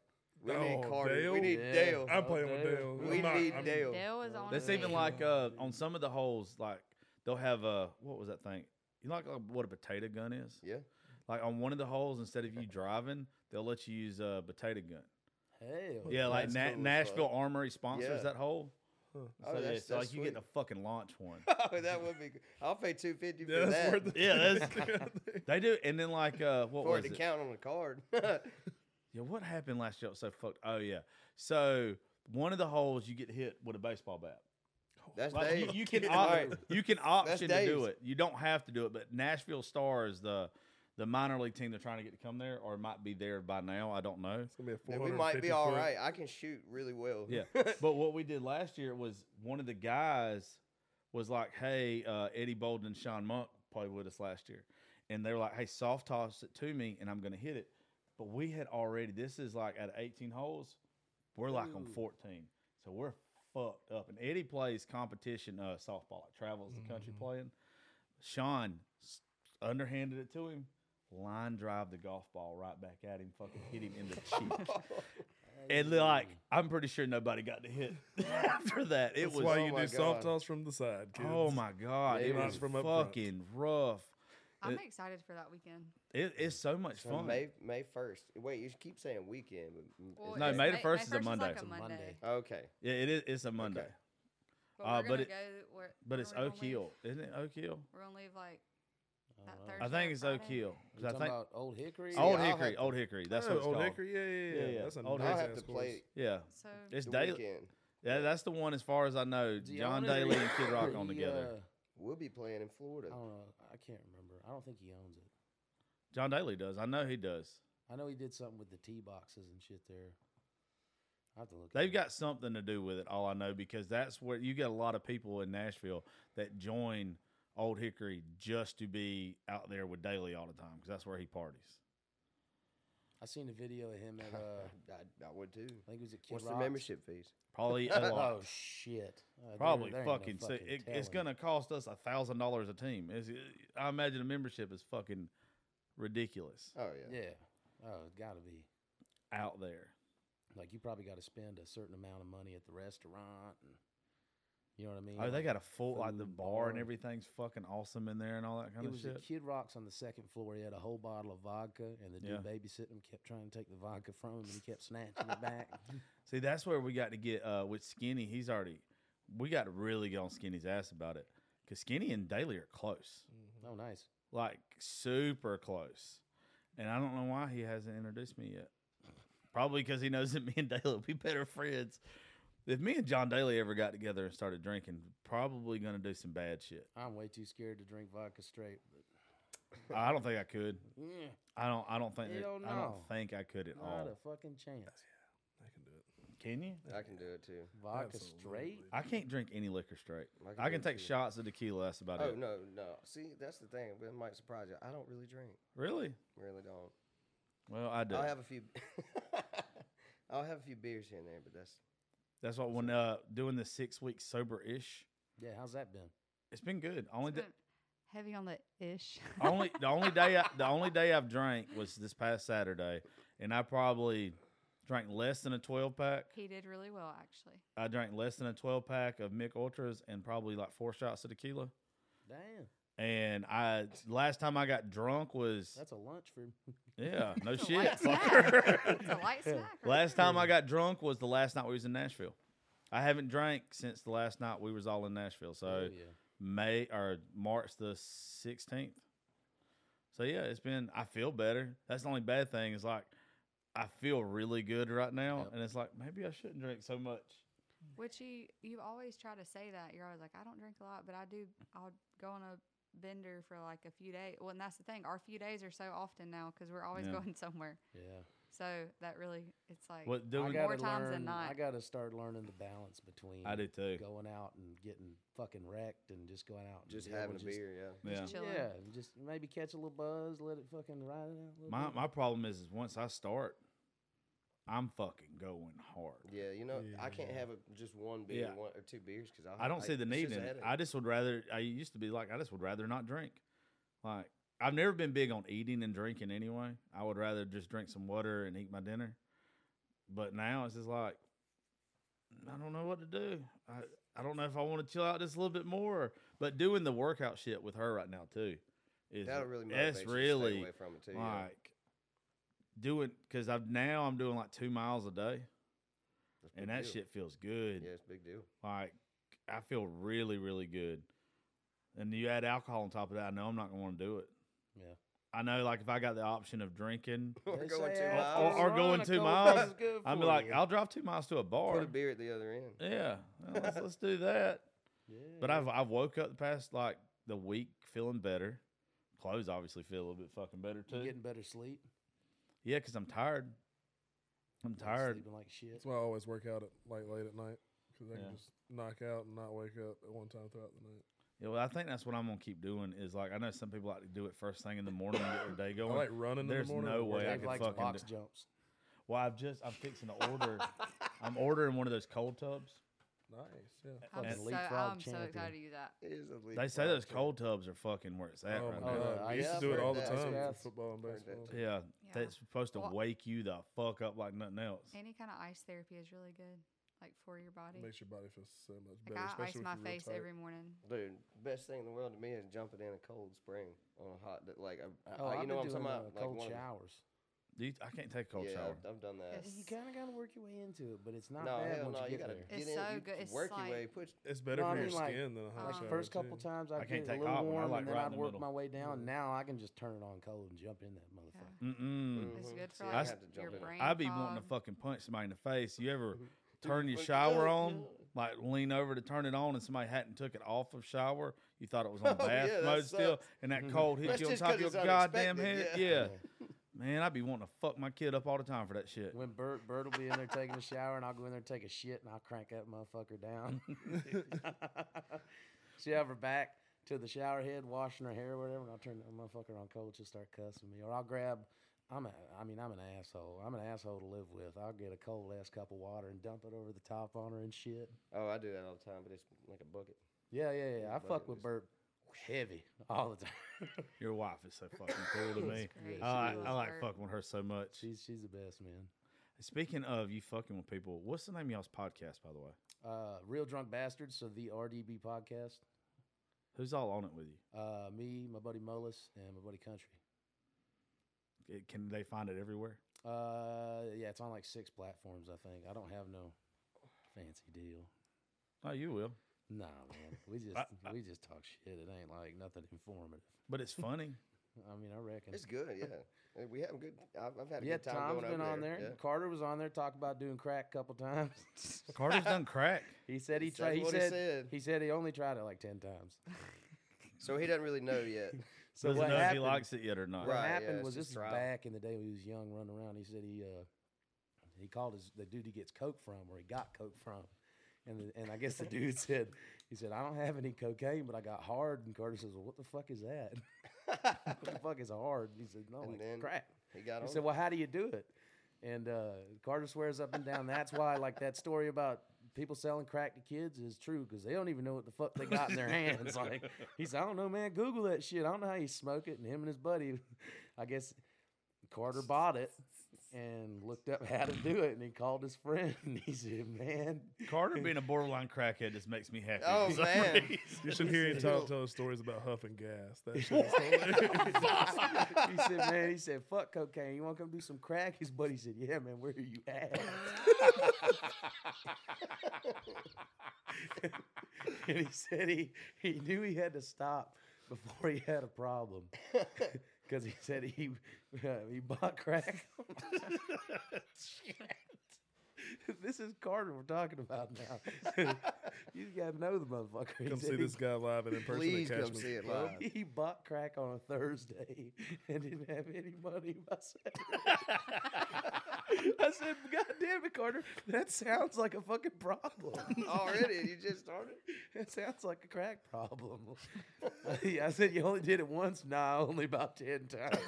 Speaker 3: We need
Speaker 4: Oh,
Speaker 3: Carter.
Speaker 4: Dale?
Speaker 3: We need
Speaker 6: Yeah.
Speaker 3: Dale.
Speaker 4: I'm
Speaker 6: Oh,
Speaker 4: playing with
Speaker 6: Dale.
Speaker 4: Dale.
Speaker 3: We
Speaker 4: I'm not-
Speaker 3: need
Speaker 4: I'm-
Speaker 3: Dale.
Speaker 5: Dale is on.
Speaker 2: That's
Speaker 5: his
Speaker 2: even
Speaker 5: way.
Speaker 2: like uh, on some of the holes, like they'll have a what was that thing? You know, like uh, what a potato gun is.
Speaker 3: Yeah.
Speaker 2: Like on one of the holes, instead of you driving, they'll let you use a potato gun.
Speaker 6: Hell.
Speaker 2: Yeah, like
Speaker 3: that's
Speaker 2: Na-
Speaker 3: cool as
Speaker 2: Nashville
Speaker 3: fuck.
Speaker 2: Armory sponsors
Speaker 3: Yeah.
Speaker 2: that hole.
Speaker 4: Huh.
Speaker 3: Oh,
Speaker 2: So, yeah,
Speaker 3: that's-
Speaker 2: so, like
Speaker 3: that's
Speaker 2: you get
Speaker 3: sweet.
Speaker 2: the fucking launch one.
Speaker 3: Oh, that would be. Good. I'll pay two fifty for
Speaker 4: Yeah, that's
Speaker 3: that.
Speaker 4: worth it.
Speaker 2: Yeah, that's- they do, and then like uh, what
Speaker 3: for it
Speaker 2: was
Speaker 3: to
Speaker 2: it?
Speaker 3: count on the card. yeah,
Speaker 2: Yeah, what happened last year? It was so fucked. Oh yeah, so one of the holes you get hit with a baseball bat.
Speaker 3: That's
Speaker 2: Like, you,
Speaker 3: Dave.
Speaker 2: you can
Speaker 3: All
Speaker 2: opt,
Speaker 3: right.
Speaker 2: you can option to do
Speaker 3: Dave's.
Speaker 2: it. You don't have to do it, but Nashville Stars, the the minor league team they're trying to get to come there, or might be there by now. I don't know.
Speaker 4: It's gonna be a
Speaker 3: Then
Speaker 4: 450
Speaker 3: we might be all
Speaker 4: foot.
Speaker 3: right. I can shoot really well.
Speaker 2: Yeah, but what we did last year was one of the guys was like, "Hey, uh, Eddie Bolden and Sean Monk played with us last year, and they were like, "Hey, soft toss it to me, and I'm going to hit it." But we had already. This is like at 18 holes, we're like on
Speaker 6: Ooh.
Speaker 2: 14, so we're fucked up. And Eddie plays competition uh, softball, like travels the country playing. Sean s- underhanded it to him. Line drive the golf ball right back at him, fucking hit him in the cheek. And like, I'm pretty sure nobody got the hit after that. It
Speaker 4: That's
Speaker 2: was
Speaker 4: why
Speaker 3: Oh
Speaker 4: you
Speaker 3: my
Speaker 4: do soft
Speaker 3: God.
Speaker 4: toss from the side, kids.
Speaker 2: oh my god,
Speaker 3: Yeah,
Speaker 2: it
Speaker 3: it
Speaker 2: was
Speaker 3: was
Speaker 4: from up front.
Speaker 2: fucking rough.
Speaker 5: I'm
Speaker 2: it-
Speaker 5: excited for that weekend.
Speaker 2: It, it's so much
Speaker 3: So
Speaker 2: fun.
Speaker 3: May May first. Wait, you keep saying weekend. but m-
Speaker 5: Well,
Speaker 3: is
Speaker 2: No,
Speaker 5: it's
Speaker 3: that-
Speaker 2: May the 1st is a
Speaker 5: like
Speaker 2: Monday.
Speaker 5: a
Speaker 2: It's a
Speaker 5: Monday.
Speaker 6: Monday.
Speaker 3: Okay.
Speaker 2: Yeah, it is. It's a Monday,
Speaker 5: But
Speaker 2: Uh,
Speaker 5: we're
Speaker 2: but
Speaker 5: gonna
Speaker 2: it-
Speaker 5: go. Where,
Speaker 2: but
Speaker 5: where
Speaker 2: it's
Speaker 5: we gonna
Speaker 2: Oak Hill,
Speaker 5: leave?
Speaker 2: isn't it? Oak Hill.
Speaker 5: We're gonna leave like that
Speaker 6: Alright.
Speaker 5: Thursday.
Speaker 2: I
Speaker 5: or
Speaker 2: think it's Oak
Speaker 5: Friday.
Speaker 2: Hill. 'cause
Speaker 6: You
Speaker 2: I
Speaker 6: Oh, talking
Speaker 2: think
Speaker 6: about Old Hickory?
Speaker 2: Old
Speaker 3: I'll have
Speaker 2: Hickory,
Speaker 3: to-
Speaker 2: Old Hickory. That's
Speaker 4: Oh,
Speaker 2: what it's
Speaker 4: Old
Speaker 2: called.
Speaker 4: Hickory. Yeah, yeah,
Speaker 2: Yeah,
Speaker 4: yeah.
Speaker 2: yeah.
Speaker 4: That's a
Speaker 2: Old
Speaker 4: nice
Speaker 2: Hickory.
Speaker 3: I'll
Speaker 4: ass
Speaker 3: have to
Speaker 4: course.
Speaker 3: play
Speaker 2: Yeah,
Speaker 5: So
Speaker 2: it's
Speaker 3: the
Speaker 2: daily.
Speaker 3: weekend.
Speaker 2: That, that's the one, as far as I know.
Speaker 6: Do y'all
Speaker 2: John
Speaker 6: know
Speaker 2: Daly and Kid
Speaker 6: Hickory,
Speaker 2: Rock on together.
Speaker 6: uh,
Speaker 3: We'll be playing in Florida.
Speaker 6: I don't know. I can't remember. I don't think he owns it.
Speaker 2: John Daly does. I know he does.
Speaker 6: I know he did something with the tee boxes and shit there. I have to look. it
Speaker 2: They've
Speaker 6: up.
Speaker 2: got something to do with it, all I know, because that's where you get a lot of people in Nashville that join Old Hickory just to be out there with Daly all the time because that's where he parties.
Speaker 6: I seen a video of him at. Uh,
Speaker 3: I, I would too.
Speaker 6: I think it was at Kid
Speaker 3: What's the
Speaker 6: Rock's.
Speaker 3: membership fees?
Speaker 2: Probably a
Speaker 6: Oh
Speaker 2: lot.
Speaker 6: shit! Uh, there-
Speaker 2: Probably
Speaker 6: there ain't no
Speaker 2: fucking. so it, it's
Speaker 6: telling.
Speaker 2: going to cost us a thousand dollars a team. It's, I imagine a membership is fucking ridiculous
Speaker 3: Oh yeah.
Speaker 6: Yeah. Oh, it's gotta be.
Speaker 2: out there.
Speaker 6: Like you probably got to spend a certain amount of money at the restaurant, and you know what I mean.
Speaker 2: Oh, they
Speaker 6: Like,
Speaker 2: got a full like the
Speaker 6: food,
Speaker 2: bar and
Speaker 6: bar.
Speaker 2: everything's fucking awesome in there and all that kind
Speaker 6: It
Speaker 2: of
Speaker 6: was
Speaker 2: shit.
Speaker 6: at Kid Rock's on the second floor. He had a whole bottle of vodka, and the dude
Speaker 2: Yeah.
Speaker 6: babysitting him kept trying to take the vodka from him, and he kept snatching it back.
Speaker 2: See, that's where we got to get uh, with Skinny. He's already, we got to really get on Skinny's ass about it because Skinny and Daly are close,
Speaker 6: Oh, nice.
Speaker 2: like super close. And I don't know why he hasn't introduced me yet. Probably because he knows that me and Daly will be better friends. If me and John Daly ever got together and started drinking, probably gonna do some bad shit.
Speaker 6: I'm way too scared to drink vodka straight. But
Speaker 2: I don't think I could.
Speaker 6: yeah,
Speaker 2: I don't. I don't think.
Speaker 6: You
Speaker 2: that-
Speaker 6: don't
Speaker 2: I
Speaker 6: know.
Speaker 2: don't think I could at
Speaker 6: not a
Speaker 2: all.
Speaker 6: fucking chance.
Speaker 4: I can do it.
Speaker 2: Can you?
Speaker 3: I can do it too.
Speaker 6: Vodka
Speaker 4: Absolutely.
Speaker 6: straight.
Speaker 2: I can't drink any liquor straight.
Speaker 3: I can
Speaker 2: I
Speaker 3: do
Speaker 2: can
Speaker 3: it
Speaker 2: take
Speaker 3: too.
Speaker 2: shots of tequila. That's about
Speaker 3: Oh
Speaker 2: it.
Speaker 3: no, no. See, that's the thing. But it might surprise you. I don't really drink.
Speaker 2: Really?
Speaker 3: Really don't.
Speaker 2: Well, I do.
Speaker 3: I'll have a few. I'll have a few beers here and there, but that's
Speaker 2: That's what when uh doing the six week sober ish,
Speaker 6: Yeah, how's that been?
Speaker 2: it's been good. Only
Speaker 5: It's
Speaker 2: da-
Speaker 5: been heavy on the ish.
Speaker 2: only the only day I, the only day I've drank was this past Saturday, and I probably drank less than a twelve pack.
Speaker 5: he did really well actually.
Speaker 2: I drank less than a twelve pack of Mick Ultras and probably like four shots of tequila.
Speaker 6: Damn,
Speaker 2: And I last time I got drunk was
Speaker 6: that's a lunch for.
Speaker 2: yeah no
Speaker 5: It's a
Speaker 2: Oh, shit.
Speaker 5: light snack. it's a light snack. right
Speaker 2: last
Speaker 5: there.
Speaker 2: time I got drunk was the last night we was in Nashville. I haven't drank since the last night we was all in Nashville. So.
Speaker 6: oh yeah.
Speaker 2: May or March the sixteenth. So yeah, it's been. I feel better. That's the only bad thing is like I feel really good right now,
Speaker 6: Yep.
Speaker 2: and it's like maybe I shouldn't drink so much.
Speaker 5: Which you you always try to say that you're always like I don't drink a lot, but I do. I'll go on a bender for like a few days. Well, and that's the thing. Our few days are so often now because we're always
Speaker 2: Yeah.
Speaker 5: going somewhere.
Speaker 6: Yeah.
Speaker 5: So that really, it's like
Speaker 2: What do
Speaker 6: I
Speaker 2: we-
Speaker 6: gotta
Speaker 5: more times than
Speaker 6: learn- I
Speaker 5: not.
Speaker 6: gotta start learning the balance between
Speaker 2: I do too.
Speaker 6: going out and getting fucking wrecked and just going out and
Speaker 3: Just
Speaker 6: being able
Speaker 3: having a
Speaker 6: to just-
Speaker 3: beer, yeah.
Speaker 2: Yeah.
Speaker 5: Chilling.
Speaker 6: Yeah, and just maybe catch a little buzz, let it fucking ride it out. a little
Speaker 2: My
Speaker 6: bit.
Speaker 2: my problem is, is once I start, I'm fucking going hard.
Speaker 3: Yeah, you know, I can't have a, just one beer,
Speaker 2: Yeah.
Speaker 3: one or two beers because
Speaker 2: I don't see the need in it. I
Speaker 3: just,
Speaker 2: just would rather. I used to be like, I just would rather not drink. Like I've never been big on eating and drinking anyway. I would rather just drink some water and eat my dinner. But now it's just like, I don't know what to do. I I don't know if I want to chill out just a little bit more. But doing the workout shit with her right now too is
Speaker 3: that'll really motivate
Speaker 2: that's
Speaker 3: you to
Speaker 2: really
Speaker 3: stay away from it too. yeah.
Speaker 2: like doing because I've now I'm doing like two miles a day,
Speaker 3: That's a big
Speaker 2: and that
Speaker 3: deal.
Speaker 2: shit feels good.
Speaker 3: Yeah, it's a big deal.
Speaker 2: Like I feel really, really good. And you add alcohol on top of that, I know I'm not gonna want to do it.
Speaker 6: Yeah.
Speaker 2: I know, like if I got the option of drinking
Speaker 3: We're
Speaker 6: They
Speaker 3: going
Speaker 6: say
Speaker 3: two
Speaker 2: or,
Speaker 3: miles.
Speaker 2: or, or
Speaker 6: Run
Speaker 2: going
Speaker 6: a
Speaker 2: two
Speaker 6: couple
Speaker 2: miles,
Speaker 6: miles is good
Speaker 2: I'd be
Speaker 6: for
Speaker 2: like,
Speaker 6: you.
Speaker 2: I'll drive two miles to a
Speaker 3: Put
Speaker 2: bar.
Speaker 3: a beer at the other end.
Speaker 2: Yeah, well, let's, let's do that.
Speaker 6: Yeah.
Speaker 2: But I've I've woke up the past like the week feeling better. Clothes obviously feel a little bit fucking better
Speaker 6: You
Speaker 2: too.
Speaker 6: getting better sleep.
Speaker 2: Yeah, because I'm tired. I'm
Speaker 6: Not
Speaker 2: tired.
Speaker 6: Sleeping like shit.
Speaker 4: That's why I always work out at like late at night because I
Speaker 2: Yeah.
Speaker 4: can just knock out and not wake up at one time throughout the night.
Speaker 2: Yeah, well, I think that's what I'm gonna keep doing. Is like I know some people like to do it first thing in the morning and get their day going.
Speaker 4: I like running
Speaker 2: There's
Speaker 4: in the morning.
Speaker 2: no
Speaker 4: and
Speaker 2: way I
Speaker 6: Dave
Speaker 4: working
Speaker 2: could
Speaker 6: likes
Speaker 2: fucking
Speaker 6: box
Speaker 2: do-
Speaker 6: jumps.
Speaker 2: well, I've just I'm fixing to order. I'm ordering one of those cold tubs.
Speaker 4: out. Nice, yeah.
Speaker 5: I'm,
Speaker 2: and
Speaker 5: so,
Speaker 6: leapfrog
Speaker 5: I'm so
Speaker 6: champion.
Speaker 5: excited to use that.
Speaker 3: It is a leaf
Speaker 2: They say
Speaker 3: block,
Speaker 2: those
Speaker 3: too.
Speaker 2: cold tubs are fucking where it's at
Speaker 4: Oh
Speaker 2: right
Speaker 4: my
Speaker 2: now.
Speaker 4: god,
Speaker 6: yeah,
Speaker 4: I used
Speaker 6: I've
Speaker 4: to do it
Speaker 6: heard
Speaker 4: all the
Speaker 6: that.
Speaker 4: time for
Speaker 6: Yes.
Speaker 4: football and
Speaker 3: Heard that
Speaker 4: baseball.
Speaker 3: too.
Speaker 2: Yeah,
Speaker 5: Yeah.
Speaker 2: that's supposed to
Speaker 5: Well,
Speaker 2: wake you the fuck up like nothing else.
Speaker 5: Any kind of ice therapy is really good, like for your body.
Speaker 4: Makes your body feel so much
Speaker 5: Like
Speaker 4: better.
Speaker 5: I ice
Speaker 4: especially
Speaker 5: my
Speaker 4: if you're real
Speaker 5: face
Speaker 4: tight.
Speaker 5: every morning.
Speaker 3: Dude, best thing in the world to me is jumping in a cold spring on a hot day. Like, a,
Speaker 6: Oh,
Speaker 3: I, you
Speaker 6: I've
Speaker 3: know what
Speaker 6: been
Speaker 3: I'm
Speaker 6: doing
Speaker 3: talking
Speaker 6: uh,
Speaker 3: about?
Speaker 6: cold
Speaker 3: like one of the-
Speaker 6: showers.
Speaker 2: Do you, I can't take a cold
Speaker 3: yeah,
Speaker 2: shower.
Speaker 3: I've, I've done that.
Speaker 5: Yes.
Speaker 6: You kind of got to work your way into it, but it's not
Speaker 3: No,
Speaker 6: bad
Speaker 3: hell
Speaker 6: once
Speaker 3: no,
Speaker 6: you
Speaker 3: you
Speaker 6: get
Speaker 3: gotta
Speaker 6: there.
Speaker 3: get
Speaker 5: It's
Speaker 3: in,
Speaker 5: so
Speaker 3: you
Speaker 5: good, it's
Speaker 3: work
Speaker 5: like-
Speaker 3: your way, put
Speaker 4: It's better
Speaker 6: No, I
Speaker 4: for your
Speaker 6: mean, like,
Speaker 4: skin than a hot
Speaker 5: like,
Speaker 4: shower.
Speaker 6: Like first couple
Speaker 4: too.
Speaker 6: times
Speaker 2: I
Speaker 6: I'd
Speaker 2: can't
Speaker 6: get a
Speaker 2: take
Speaker 6: little
Speaker 2: hot one. I
Speaker 6: warm,
Speaker 2: like
Speaker 6: and then
Speaker 2: right in
Speaker 6: I'd
Speaker 2: the
Speaker 6: work
Speaker 2: middle.
Speaker 6: my way down. Now I can just turn it on cold and jump in that motherfucker.
Speaker 2: Mm-mm.
Speaker 5: It's
Speaker 3: Mhm.
Speaker 5: good
Speaker 3: See,
Speaker 5: for
Speaker 3: I
Speaker 5: like
Speaker 3: have to jump
Speaker 5: your
Speaker 3: in it.
Speaker 5: brain.
Speaker 2: I'd be wanting to
Speaker 5: fog.
Speaker 2: fucking punch somebody in the face. You ever turn your
Speaker 3: fucking
Speaker 2: shower
Speaker 3: Mm-hmm. up,
Speaker 2: on,
Speaker 3: yeah.
Speaker 2: like lean over to turn it on, and somebody hadn't took it off of shower? You thought it was on
Speaker 3: Oh,
Speaker 2: bath
Speaker 3: yeah, that
Speaker 2: mode still,
Speaker 3: sucks. Mm-hmm.
Speaker 2: and that cold hit
Speaker 3: That's
Speaker 2: you on
Speaker 3: just
Speaker 2: top
Speaker 3: 'cause
Speaker 2: of your
Speaker 3: it's
Speaker 2: goddamn head.
Speaker 3: unexpected,
Speaker 2: Yeah.
Speaker 3: yeah.
Speaker 2: man, I'd be wanting to fuck my kid up all the time for that shit.
Speaker 6: When Bert Bert will be in there taking a shower, and I'll go in there and take a shit, and I'll crank that motherfucker down. She'll have her back to the shower head, washing her hair or whatever, and I'll turn that motherfucker on cold. She'll start cussing me, or I'll grab. I'm a, I mean, I'm an asshole. I'm an asshole to live with. I'll get a cold ass cup of water and dump it over the top on her and shit.
Speaker 3: Oh, I do that all the time, but it's like a bucket.
Speaker 6: Yeah, yeah, yeah. I
Speaker 3: But
Speaker 6: fuck
Speaker 3: it
Speaker 6: with
Speaker 3: was-
Speaker 6: Bert heavy all the time.
Speaker 2: Your wife is so fucking cool to me.
Speaker 5: It's great.
Speaker 2: I like,
Speaker 5: She
Speaker 2: Oh, I
Speaker 5: loves
Speaker 2: like
Speaker 5: her.
Speaker 2: fucking with her so much.
Speaker 6: she's she's the best man.
Speaker 2: Speaking of you fucking with people, what's the name of y'all's podcast, by the way?
Speaker 6: Uh, Real drunk bastards. So the RDB podcast.
Speaker 2: Who's all on it with you?
Speaker 6: Uh, me, my buddy Mullis, and my buddy Country.
Speaker 2: It, can they find it everywhere?
Speaker 6: Uh, yeah, it's on like six platforms, I think. I don't have no fancy deal.
Speaker 2: Oh, you will.
Speaker 6: Nah, man, we just we just talk shit. It ain't like nothing informative.
Speaker 2: But it's funny.
Speaker 6: I mean, I reckon.
Speaker 3: It's good, yeah. And We have a good. I've, I've had a
Speaker 6: yeah,
Speaker 3: good time
Speaker 6: Tom's
Speaker 3: going
Speaker 6: been
Speaker 3: over
Speaker 6: on there.
Speaker 3: there. yeah.
Speaker 6: Carter was on there talking about doing crack a couple times.
Speaker 2: Carter's done crack.
Speaker 6: he said he
Speaker 3: That's
Speaker 6: tried. He
Speaker 3: what he
Speaker 6: said,
Speaker 3: said.
Speaker 6: he said he only tried it like ten times.
Speaker 3: So he doesn't really know yet.
Speaker 6: So
Speaker 2: Doesn't
Speaker 6: what
Speaker 2: know if he
Speaker 6: happened?
Speaker 2: likes it yet or not.
Speaker 6: What
Speaker 3: Right, yeah,
Speaker 6: happened
Speaker 3: it's
Speaker 6: was
Speaker 3: just
Speaker 6: this
Speaker 3: trial.
Speaker 6: was back in the day when he was young, running around. He said he uh, he called his the dude he gets coke from, or he got coke from, and the, and I guess the dude said he said I don't have any cocaine, but I got hard. And Carter says, well, what the fuck is that? what the fuck is hard? And he said, no,
Speaker 3: And
Speaker 6: like
Speaker 3: then
Speaker 6: crack.
Speaker 3: He got
Speaker 6: He
Speaker 3: on.
Speaker 6: said, well, how do you do it? And uh, Carter swears up and down. That's why like that story about. People selling crack to kids is true because they don't even know what the fuck they got in their hands. Like he said, I don't know, man. Google that shit. I don't know how you smoke it. And him and his buddy, I guess Carter bought it and looked up how to do it, and he called his friend. And he said, "Man,
Speaker 2: Carter being a borderline crackhead just makes me happy.
Speaker 3: Oh,
Speaker 2: for some
Speaker 3: man.
Speaker 2: reason.
Speaker 4: You should hear him tell, tell us stories about huffing gas. That shit
Speaker 6: he
Speaker 4: is
Speaker 6: said, man, he said, fuck cocaine. You want to come do some crack?" His buddy said, "Yeah, man. Where are you at?" and he said he he knew he had to stop before he had a problem because he said he uh, he bought crack. this is Carter we're talking about now. you gotta know the motherfucker. He
Speaker 4: Come
Speaker 6: said
Speaker 4: see
Speaker 6: he-
Speaker 4: this guy live and in person.
Speaker 3: Please
Speaker 4: at
Speaker 3: come
Speaker 4: Cashman's
Speaker 3: see it
Speaker 4: Club.
Speaker 3: live.
Speaker 6: He bought crack on a Thursday and didn't have any money. I said, I said, God damn it, Carter, that sounds like a fucking problem.
Speaker 3: Already, you just started.
Speaker 6: That sounds like a crack problem. yeah, I said you only did it once. Nah, only about ten times.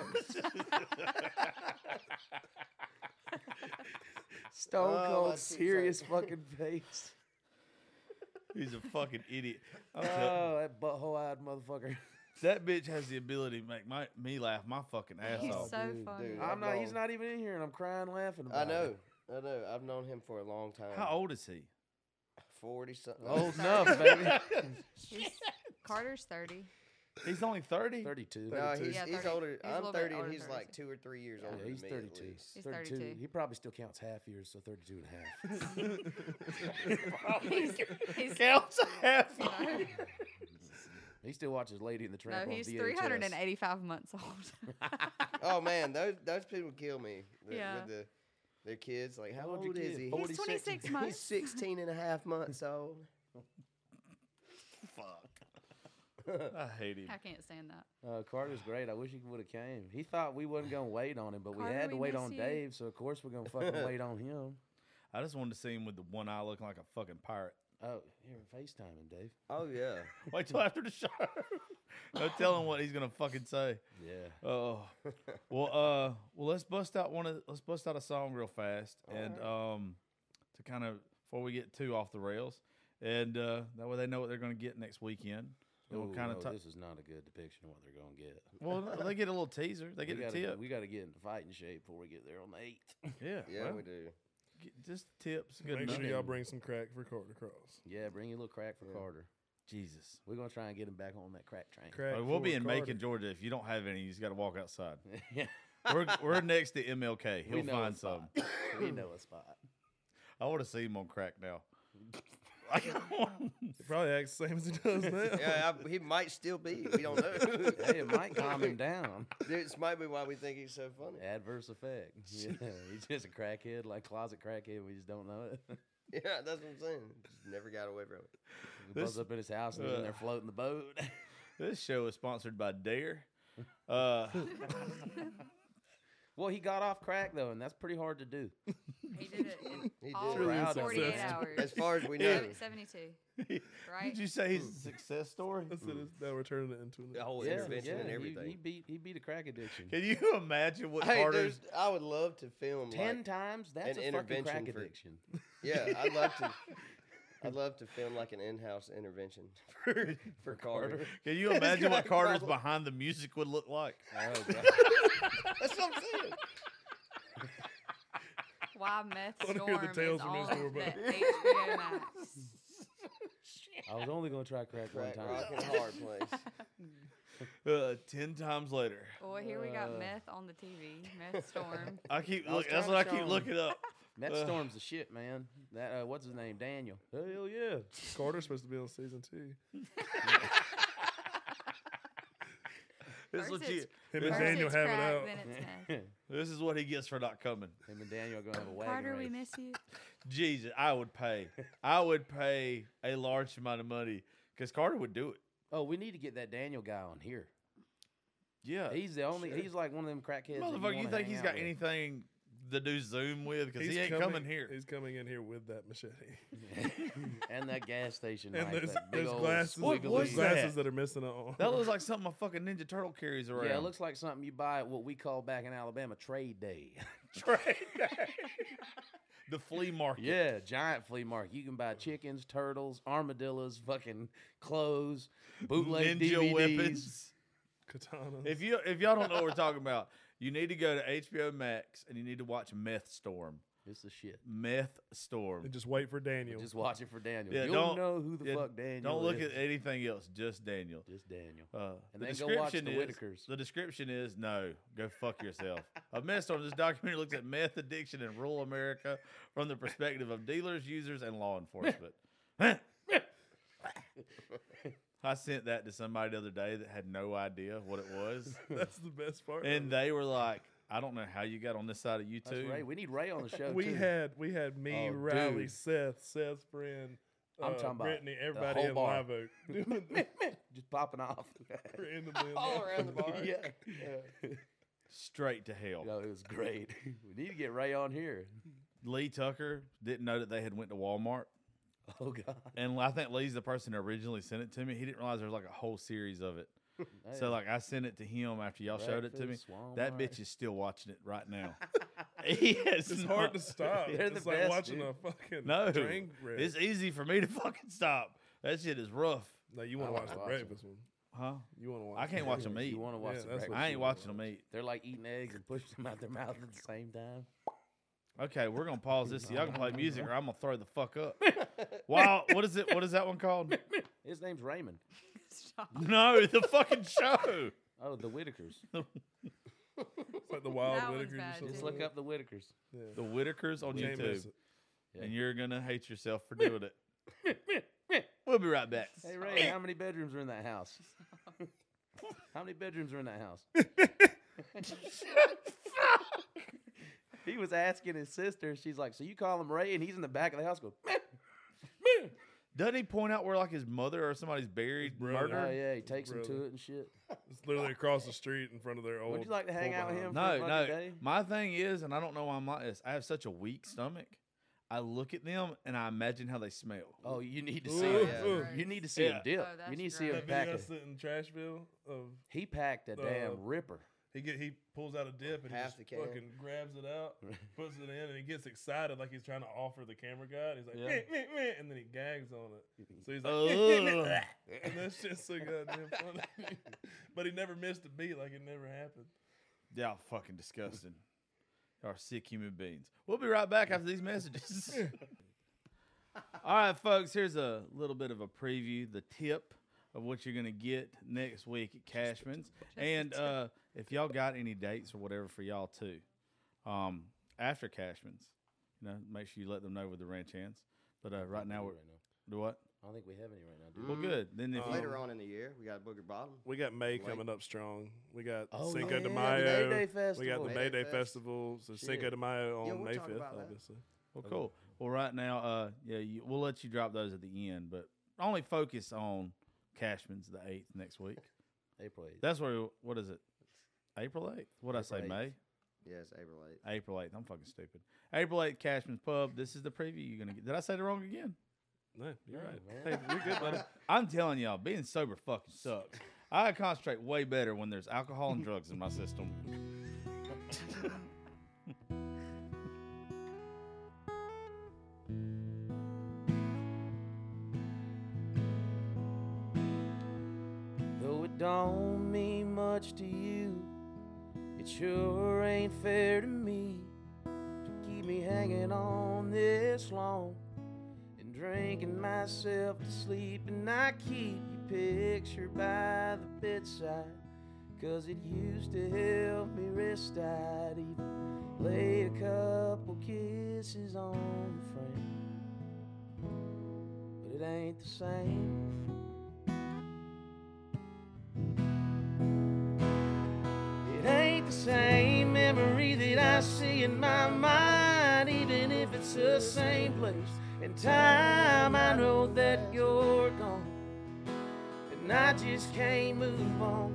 Speaker 6: Stone
Speaker 3: Oh, my
Speaker 6: cold,
Speaker 3: teeth
Speaker 6: serious
Speaker 3: hurt.
Speaker 6: fucking face.
Speaker 2: He's a fucking idiot. I'm telling-
Speaker 6: Oh, that butthole-eyed motherfucker.
Speaker 2: that bitch has the ability to make my, me laugh my fucking ass
Speaker 5: He's
Speaker 2: off.
Speaker 5: so
Speaker 3: dude,
Speaker 5: funny.
Speaker 3: dude.
Speaker 6: Oh, I'm not. He's
Speaker 3: gone.
Speaker 6: not even in here, and I'm crying, laughing. About
Speaker 3: I
Speaker 6: it.
Speaker 3: know. I know. I've known him for a long time.
Speaker 2: How old is he?
Speaker 3: Forty oh, something.
Speaker 6: Old enough, baby.
Speaker 5: He's- Carter's thirty.
Speaker 2: He's only 30?
Speaker 6: Thirty-two.
Speaker 3: No, he's,
Speaker 5: Yeah,
Speaker 3: he's
Speaker 5: 30.
Speaker 3: older.
Speaker 5: He's a
Speaker 3: I'm
Speaker 5: little bit
Speaker 3: 30
Speaker 5: older
Speaker 3: and he's
Speaker 5: than
Speaker 3: like
Speaker 5: us.
Speaker 3: two or three years
Speaker 6: Yeah,
Speaker 3: older
Speaker 6: he's
Speaker 3: than me. at
Speaker 6: 32.
Speaker 3: least.
Speaker 5: He's 32.
Speaker 6: He probably still counts half years, so 32 and a half.
Speaker 2: Oh,
Speaker 5: He's, he's
Speaker 2: Counts a half.
Speaker 5: no,
Speaker 6: he still watches Lady in the
Speaker 5: no,
Speaker 6: Tramp on
Speaker 5: he's
Speaker 6: VHS.
Speaker 5: 385 months old.
Speaker 3: Oh man, those those people kill me. The,
Speaker 5: Yeah.
Speaker 3: With the their kids, like how
Speaker 6: How
Speaker 3: old
Speaker 6: old
Speaker 3: your
Speaker 6: is he?
Speaker 3: kids? He?
Speaker 5: he's 26 months.
Speaker 3: He's 16 and a half months old.
Speaker 2: I hate him.
Speaker 5: I can't stand that.
Speaker 6: Uh, Carter's great. I wish he would have came. He thought we wasn't gonna wait on him, but
Speaker 5: Carter,
Speaker 6: we had to
Speaker 5: we
Speaker 6: wait
Speaker 5: miss
Speaker 6: on
Speaker 5: you.
Speaker 6: Dave, so of course we're gonna fucking wait on him.
Speaker 2: I just wanted to see him with the one eye looking like a fucking pirate.
Speaker 6: Oh, here FaceTiming Dave.
Speaker 3: Oh yeah.
Speaker 2: Wait till after the show. no telling what he's gonna fucking say.
Speaker 6: Yeah.
Speaker 2: Oh, well, uh, well, let's bust out one of let's bust out a song real fast, and um, to kind of before we get too off the rails, and uh, that way they know what they're gonna get next weekend. Then we'll kind of
Speaker 6: this is not a good depiction of what they're gonna get.
Speaker 2: well, no, they get a little teaser. They get
Speaker 6: we
Speaker 2: a
Speaker 6: gotta,
Speaker 2: tip.
Speaker 6: We gotta get into fighting shape before we get there on the eighth.
Speaker 2: yeah,
Speaker 3: Yeah,
Speaker 2: well,
Speaker 3: we do.
Speaker 2: get- just tips. Good
Speaker 4: Make
Speaker 2: enough.
Speaker 4: sure y'all bring some crack for Carter Cross.
Speaker 6: yeah, bring your little crack for Carter.
Speaker 2: Jesus.
Speaker 6: We're gonna try and get him back on that crack train.
Speaker 4: Crack
Speaker 2: Like, we'll be
Speaker 4: for
Speaker 2: in
Speaker 4: Carter.
Speaker 2: Macon, Georgia. If you don't have any, you just got to walk outside.
Speaker 6: yeah.
Speaker 2: We're we're next to MLK. He'll
Speaker 6: we know a
Speaker 2: find some.
Speaker 6: spot. we know a spot.
Speaker 2: I want to see him on crack now. Like, I wanna-
Speaker 4: He probably acts the same as he does now.
Speaker 3: Yeah, I, he might still be. We don't know.
Speaker 6: Hey, it might calm him down.
Speaker 3: this might be why we think he's so funny.
Speaker 6: Adverse effect. Yeah, he's just a crackhead, like closet crackhead. We just don't know it.
Speaker 3: Yeah, that's what I'm saying. Just never got away from it.
Speaker 6: We buzz
Speaker 2: This-
Speaker 6: up in his house and he's in there floating the boat.
Speaker 2: This show is sponsored by Dare. Uh,
Speaker 6: well, he got off crack though, and that's pretty hard to do.
Speaker 5: He did it in
Speaker 3: He
Speaker 5: all
Speaker 3: did. Really
Speaker 5: of 48
Speaker 4: successful.
Speaker 5: hours.
Speaker 3: As far as we know.
Speaker 5: Seven- 72, right?
Speaker 2: did you say he's a success story?
Speaker 4: I said it's- now we're turning it into
Speaker 3: The
Speaker 4: an
Speaker 3: whole intervention and
Speaker 6: he-
Speaker 3: everything.
Speaker 6: He, beat he beat a crack addiction.
Speaker 2: Can you imagine what
Speaker 3: Hey,
Speaker 2: Carter's?
Speaker 3: there's, I would love to film
Speaker 6: Ten
Speaker 3: like,
Speaker 6: times that's
Speaker 3: an
Speaker 6: a fucking crack
Speaker 3: intervention for-
Speaker 6: addiction.
Speaker 3: Yeah, I'd love to. I'd love to film like an in-house intervention for, for Carter.
Speaker 2: Can you imagine what
Speaker 3: gonna
Speaker 2: Carter's
Speaker 3: probably-
Speaker 2: behind the music would look like?
Speaker 6: Oh, God.
Speaker 3: That's what I'm saying.
Speaker 5: Why Meth
Speaker 4: wanna
Speaker 5: Storm
Speaker 4: hear the
Speaker 5: is
Speaker 4: tales from
Speaker 5: on
Speaker 4: his
Speaker 5: the
Speaker 4: door, but-
Speaker 5: HBO Max.
Speaker 6: I was only gonna try crack,
Speaker 3: Crack
Speaker 6: one
Speaker 3: rock
Speaker 6: time.
Speaker 3: and hard place.
Speaker 2: Uh, ten times later,
Speaker 5: Well, here we
Speaker 2: Uh.
Speaker 5: got Meth on the TV. Meth Storm.
Speaker 2: I keep
Speaker 6: I was
Speaker 2: look, that's
Speaker 6: trying
Speaker 2: what I
Speaker 6: to
Speaker 2: keep
Speaker 6: show him.
Speaker 2: looking up.
Speaker 6: That storm's the shit, man. That uh, what's his name, Daniel? Hell yeah.
Speaker 4: Carter's supposed to be on season two.
Speaker 2: This
Speaker 5: First
Speaker 2: what
Speaker 5: it's-
Speaker 2: you-
Speaker 4: Him and
Speaker 5: First
Speaker 4: Daniel
Speaker 5: it's
Speaker 4: have
Speaker 5: crack,
Speaker 4: it
Speaker 5: then
Speaker 4: out.
Speaker 5: it's Meth.
Speaker 2: This is what he gets for not coming.
Speaker 6: Him and Daniel are gonna have a wagon
Speaker 5: Carter, we
Speaker 6: race.
Speaker 5: miss you.
Speaker 2: Jesus, I would pay. I would pay a large amount of money because Carter would do it.
Speaker 6: Oh, we need to get that Daniel guy on here.
Speaker 2: Yeah,
Speaker 6: He's the only. He's like one of them crackheads. that
Speaker 2: motherfucker. You, think
Speaker 6: wanna hang
Speaker 2: he's
Speaker 6: out
Speaker 2: got
Speaker 6: with.
Speaker 2: anything to do Zoom with? Because
Speaker 4: He's
Speaker 2: he ain't coming, here.
Speaker 4: He's coming in here with that machete.
Speaker 6: and that gas station
Speaker 4: And
Speaker 6: knife,
Speaker 4: there's,
Speaker 6: that big
Speaker 4: there's
Speaker 6: old
Speaker 4: glasses,
Speaker 2: What
Speaker 4: there's
Speaker 2: was
Speaker 6: squiggly-
Speaker 2: that?
Speaker 4: glasses that? are missing an arm.
Speaker 2: That looks like something a fucking Ninja Turtle carries around.
Speaker 6: Yeah, it looks like something you buy at what we call back in Alabama trade day.
Speaker 2: the flea market.
Speaker 6: yeah, giant flea market. You can buy chickens, turtles, armadillos, fucking clothes, bootleg
Speaker 2: Ninja
Speaker 6: DVDs.
Speaker 2: weapons.
Speaker 4: Katana.
Speaker 2: If you if y'all don't know what we're talking about, you need to go to HBO Max and you need to watch Meth Storm.
Speaker 6: It's the shit.
Speaker 2: Meth Storm.
Speaker 4: and just wait for Daniel.
Speaker 6: Just watch it for Daniel.
Speaker 2: Yeah,
Speaker 6: You'll
Speaker 2: don't
Speaker 6: know who the
Speaker 2: yeah,
Speaker 6: fuck Daniel.
Speaker 2: Don't look
Speaker 6: is.
Speaker 2: at anything else. Just Daniel.
Speaker 6: Just Daniel.
Speaker 2: Uh,
Speaker 6: And
Speaker 2: the
Speaker 6: then go watch
Speaker 2: description
Speaker 6: the
Speaker 2: is
Speaker 6: Whitakers.
Speaker 2: the description is no, go fuck yourself. a meth storm. This documentary looks at meth addiction in rural America from the perspective of dealers, users, and law enforcement. I sent that to somebody the other day that had no idea what it was,
Speaker 4: That's the best part.
Speaker 2: and they were like, I don't know how you got on this side of you
Speaker 8: That's
Speaker 2: two.
Speaker 8: Ray. We need Ray on the show.
Speaker 4: we
Speaker 8: too.
Speaker 4: had we had me,
Speaker 8: Oh,
Speaker 4: Riley,
Speaker 8: dude.
Speaker 4: Seth, Seth's friend.
Speaker 8: I'm
Speaker 4: uh,
Speaker 8: talking about
Speaker 4: Brittany,
Speaker 8: the
Speaker 4: everybody
Speaker 8: whole
Speaker 4: in
Speaker 8: bar.
Speaker 4: Live Oak. doing the
Speaker 8: just popping off.
Speaker 4: randomly in
Speaker 9: All
Speaker 4: Live
Speaker 9: around the
Speaker 4: Oak.
Speaker 9: bar.
Speaker 8: yeah.
Speaker 2: Straight to hell.
Speaker 8: No, it was great. We need to get Ray on here.
Speaker 2: Lee Tucker didn't know that they had went to Walmart.
Speaker 8: Oh God.
Speaker 2: And I think Lee's the person who originally sent it to me. He didn't realize there was like a whole series of it. So like I sent it to him after y'all showed it to me.
Speaker 8: Breakfast, Walmart.
Speaker 2: That bitch is still watching it right now. it's
Speaker 4: It's hard to stop.
Speaker 8: They're the
Speaker 4: it's like
Speaker 8: best,
Speaker 4: watching
Speaker 8: dude.
Speaker 4: a fucking
Speaker 2: No,
Speaker 4: train wreck.
Speaker 2: it's easy for me to fucking stop. That shit is rough,
Speaker 4: no, you want
Speaker 8: I
Speaker 4: to
Speaker 8: like
Speaker 4: watch the
Speaker 8: watching.
Speaker 4: breakfast one.
Speaker 2: huh?
Speaker 4: You want to watch?
Speaker 2: I can't watch
Speaker 4: them.
Speaker 2: them eat.
Speaker 8: You want to watch
Speaker 4: Yeah,
Speaker 8: the
Speaker 4: that's
Speaker 8: breakfast?
Speaker 4: what
Speaker 2: I ain't watching them eat.
Speaker 8: They're like eating eggs and pushing them out their mouth at the same time.
Speaker 2: Okay, we're gonna pause this so y'all can play music, or I'm gonna throw the fuck up. Wow, what is it? What is that one called?
Speaker 8: His name's Raymond.
Speaker 6: Stop.
Speaker 2: No, the fucking show.
Speaker 8: Oh, the Whitakers.
Speaker 4: It's like the wild
Speaker 6: That one's
Speaker 4: Whitakers or
Speaker 6: bad,
Speaker 4: something.
Speaker 8: Just
Speaker 6: Dude.
Speaker 8: look up the Whitakers.
Speaker 2: The Whitakers on
Speaker 4: Can't miss
Speaker 2: YouTube,
Speaker 4: it.
Speaker 2: and you're gonna hate yourself for doing it. We'll be right back.
Speaker 8: Hey Ray, how many bedrooms are in that house? how many bedrooms are in that house? he was asking his sister. She's like, "So you call him Ray?" And he's in the back of the house going, "Meh."
Speaker 2: Doesn't he point out where like his mother or somebody's buried,
Speaker 4: brother.
Speaker 2: murdered?
Speaker 8: "Oh yeah." He takes him to
Speaker 4: Brother.
Speaker 8: it and shit.
Speaker 4: It's literally across the street in front of their old.
Speaker 8: you like to hang out with
Speaker 4: pull-behind.
Speaker 8: him?
Speaker 2: No,
Speaker 8: fucking
Speaker 2: no.
Speaker 8: day.
Speaker 2: My thing is, and I don't know why I'm like this. I have such a weak stomach. I look at them and I imagine how they smell.
Speaker 8: Oh, you need to
Speaker 4: Ooh,
Speaker 8: see him.
Speaker 9: yeah.
Speaker 4: ooh.
Speaker 8: You need to see him
Speaker 2: Yeah.
Speaker 8: dip.
Speaker 6: Oh, that's
Speaker 8: you need to see
Speaker 6: gross.
Speaker 8: him
Speaker 4: That
Speaker 8: pack.
Speaker 4: video I
Speaker 8: A,
Speaker 4: sent in Trashville of
Speaker 8: he packed a
Speaker 4: Uh,
Speaker 8: damn ripper.
Speaker 4: He get he pulls out a dip and he
Speaker 9: Half
Speaker 4: just
Speaker 9: the can.
Speaker 4: fucking grabs it out, puts it in, and he gets excited like he's trying to offer the camera guy. and He's like,
Speaker 8: Yeah.
Speaker 4: "Meh, meh, meh," and then he gags on it. So he's like,
Speaker 2: Ugh.
Speaker 4: and that's just so goddamn funny. but he never missed a beat, like it never happened.
Speaker 2: Y'all fucking disgusting. Y'all are sick human beings. We'll be right back after these messages. All right, folks, here's a little bit of a preview, the tip of what you're going to get next week at Cashman's. And uh, if y'all got any dates or whatever for y'all, too, um, after Cashman's, you know, make sure you let them know with the ranch hands. But uh, right now, we're. Do what?
Speaker 8: I don't think we have any right now. Do we?
Speaker 2: Well, good. Then
Speaker 3: Uh,
Speaker 2: if
Speaker 3: Mm.
Speaker 2: you,
Speaker 9: Later on in the year, we got Booger Bottom.
Speaker 4: We got May coming up strong. We got
Speaker 8: Oh, yeah,
Speaker 4: Cinco de
Speaker 8: the
Speaker 4: Mayo.
Speaker 8: May Day
Speaker 4: We got
Speaker 8: Festival.
Speaker 4: the
Speaker 9: May
Speaker 4: May
Speaker 9: Day
Speaker 4: Day
Speaker 9: Fest.
Speaker 4: Festival. So Cinco
Speaker 8: Shit.
Speaker 4: de Mayo on
Speaker 9: Yeah,
Speaker 4: May
Speaker 9: we'll talk
Speaker 4: 5th,
Speaker 9: about that.
Speaker 4: obviously.
Speaker 2: Well, Oh, cool. Well, right now, uh, yeah, you, we'll let you drop those at the end, but only focus on Cashman's the eighth next week.
Speaker 8: April 8th.
Speaker 2: That's where. What is it? April eighth. What I say?
Speaker 8: 8th.
Speaker 2: May.
Speaker 9: Yeah, it's April 8th.
Speaker 2: April eighth. I'm fucking stupid. April eighth, Cashman's Pub. This is the preview you're gonna get. Did I say it wrong again?
Speaker 4: No, you're
Speaker 8: No,
Speaker 4: right.
Speaker 8: man.
Speaker 4: Hey, you're good, buddy.
Speaker 2: I'm telling y'all, being sober fucking sucks. I concentrate way better when there's alcohol and drugs in my system.
Speaker 8: Though it don't mean much to you, it sure ain't fair to me to keep me hanging on this long and drinking myself to sleep. And I keep your picture by the bedside, cause it used to help me rest. I'd even laid a couple kisses on the frame, but it ain't the same. It ain't the same memory that I see in my mind, even if it's the same place and time. I know that you're gone, and I just can't move on.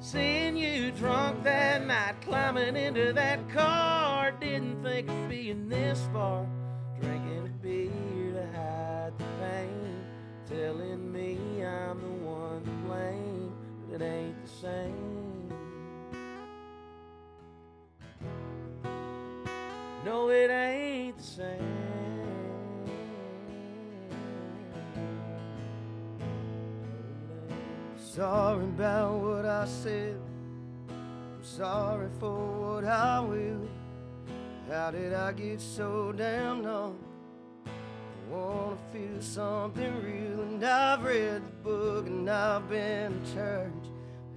Speaker 8: Seeing you drunk that night, climbing into that car, didn't think of being this far. Drinking a beer to hide the pain, telling me I'm the one to blame, but it ain't the same. No, it ain't the same.
Speaker 9: Sorry about what I said. I'm sorry for what I will. How did I get so damn numb? I wanna feel something real, and I've read the book and I've been to church.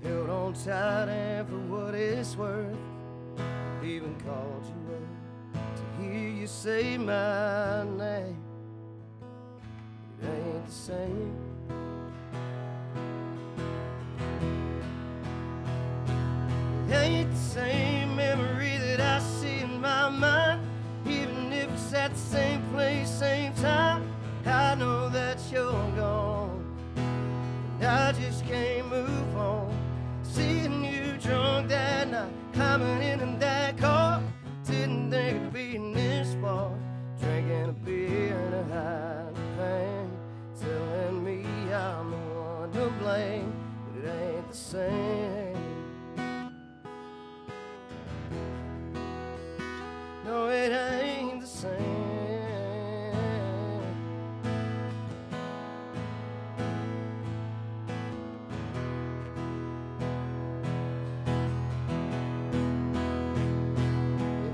Speaker 9: Held on tight and for what it's worth, even called you up to hear you say my name. It ain't the same. Ain't the same memory us at the same place, same time. I know that you're gone. And I just can't move on. Seeing you drunk that night, climbing in that car. Didn't think it'd be in this bar. Drinking a beer and a high pain. Telling me I'm the one to blame, but it ain't the same. No, it ain't the same.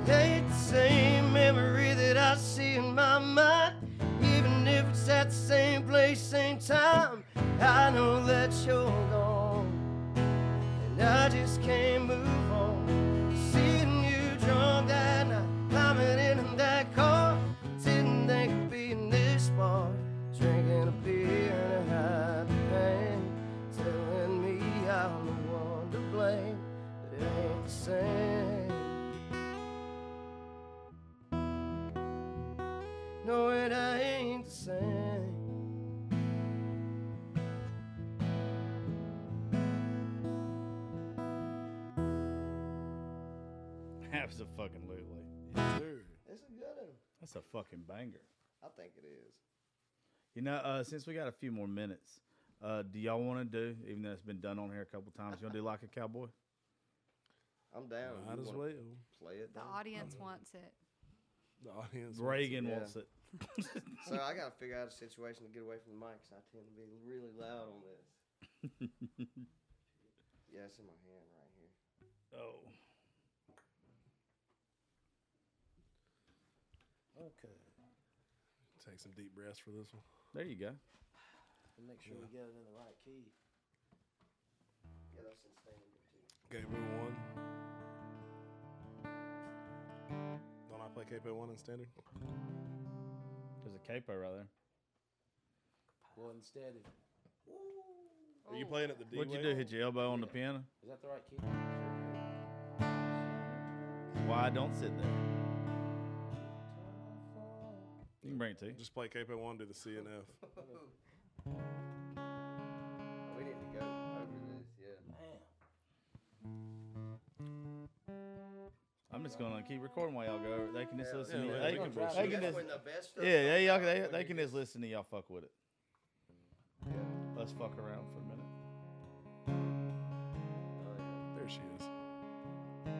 Speaker 9: It ain't the same memory that I see in my mind. Even if it's at the same place, same time, I know that you're gone. And I just can't move on. Seeing you drunk that night, climbing in that car. Didn't think it'd be in this bar. Drinking a beer and a high pain. Telling me I'm the one to blame. But it ain't the same. No, it ain't the same.
Speaker 2: That was a fucking lulu.
Speaker 9: It's a good one.
Speaker 2: That's a fucking banger.
Speaker 9: I think it is.
Speaker 2: You know, uh, since we got a few more minutes, uh, do y'all want to do, even though it's been done on here a couple times, you want to do like a cowboy?
Speaker 9: I'm down.
Speaker 4: Might
Speaker 9: You
Speaker 4: as
Speaker 9: wanna
Speaker 4: well.
Speaker 9: Play it.
Speaker 5: The
Speaker 9: Then.
Speaker 3: Oh,
Speaker 5: audience wants it.
Speaker 4: The audience. wants it.
Speaker 2: Reagan
Speaker 9: Yeah.
Speaker 2: wants it.
Speaker 9: So I gotta figure out a situation to get away from the mic 'cause I tend to be really loud on this. yeah, it's in my hand right here.
Speaker 2: Oh.
Speaker 6: Okay.
Speaker 4: Take some deep breaths for this one.
Speaker 2: There you go.
Speaker 6: And make sure we get it in the right key.
Speaker 9: Yeah, that's insane. too.
Speaker 4: Capo one. Don't I play Capo one in standard?
Speaker 2: There's a capo right there.
Speaker 6: Well, instead, of,
Speaker 4: Are you
Speaker 5: Ooh.
Speaker 4: playing at the D?
Speaker 2: What'd you do? Hit your elbow on the piano?
Speaker 6: is that the right key?
Speaker 2: Why don't sit there? You can bring it to you.
Speaker 4: Just play Capo one to the C and F.
Speaker 9: We need to go over this. Yeah.
Speaker 2: I'm just gonna keep recording while y'all go over. They can just listen. to you.
Speaker 4: yeah, we
Speaker 2: They
Speaker 4: gonna
Speaker 2: can,
Speaker 6: try
Speaker 2: they
Speaker 6: it.
Speaker 2: can
Speaker 9: That's
Speaker 2: just,
Speaker 9: when the best stuff.
Speaker 2: yeah, yeah, y'all,
Speaker 9: comes out,
Speaker 2: they,
Speaker 9: when
Speaker 2: they
Speaker 9: you
Speaker 2: can just listen to y'all fuck with it.
Speaker 9: Yeah.
Speaker 2: Let's fuck around for a minute.
Speaker 9: Oh, yeah.
Speaker 4: There she is.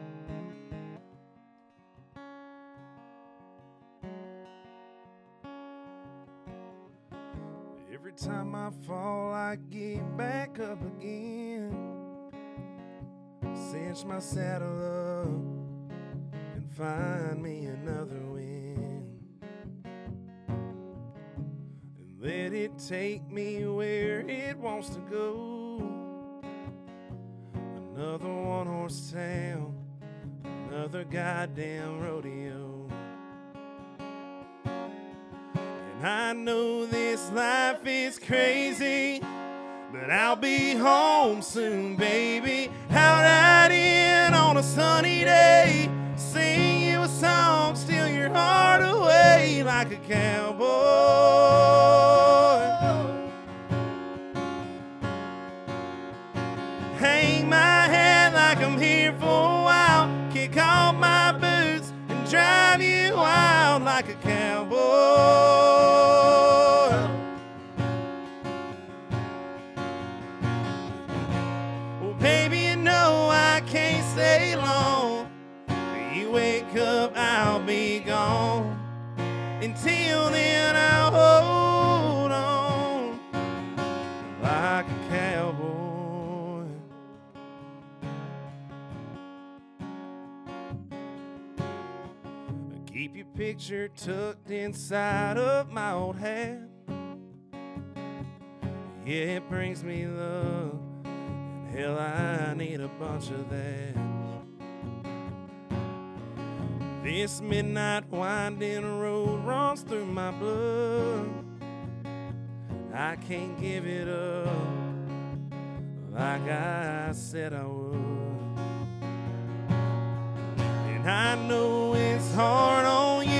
Speaker 10: Every time I fall, I get back up again. Cinch my saddle up and find me another win. And let it take me where it wants to go. Another one horse town, another goddamn rodeo. And I know this life is crazy, but I'll be home soon, baby. Out out in on a sunny day, sing you a song, steal your heart away like a cowboy. Hang my head like I'm here for a while. Kick off my boots and drive you wild like a cowboy. Well, baby, you know I can't stay long. When you wake up, I'll be gone. Until then, I'll hold on like a cowboy. Keep your picture tucked inside of my old hat. Yeah, it brings me love. And hell, I need a bunch of that. This midnight winding road runs through my blood. I can't give it up like I said I would. And I know it's hard on you.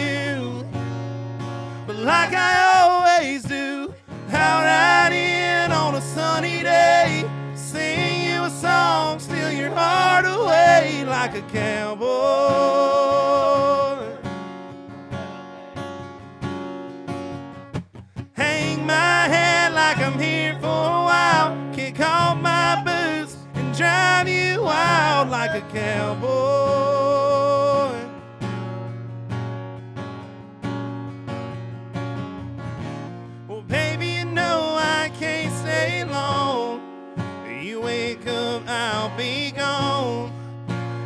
Speaker 10: your heart away like a cowboy. Hang my head like I'm here for a while. Kick off my boots and drive you wild like a cowboy. Well, baby, you know I can't stay long. You wake up, I'll be gone.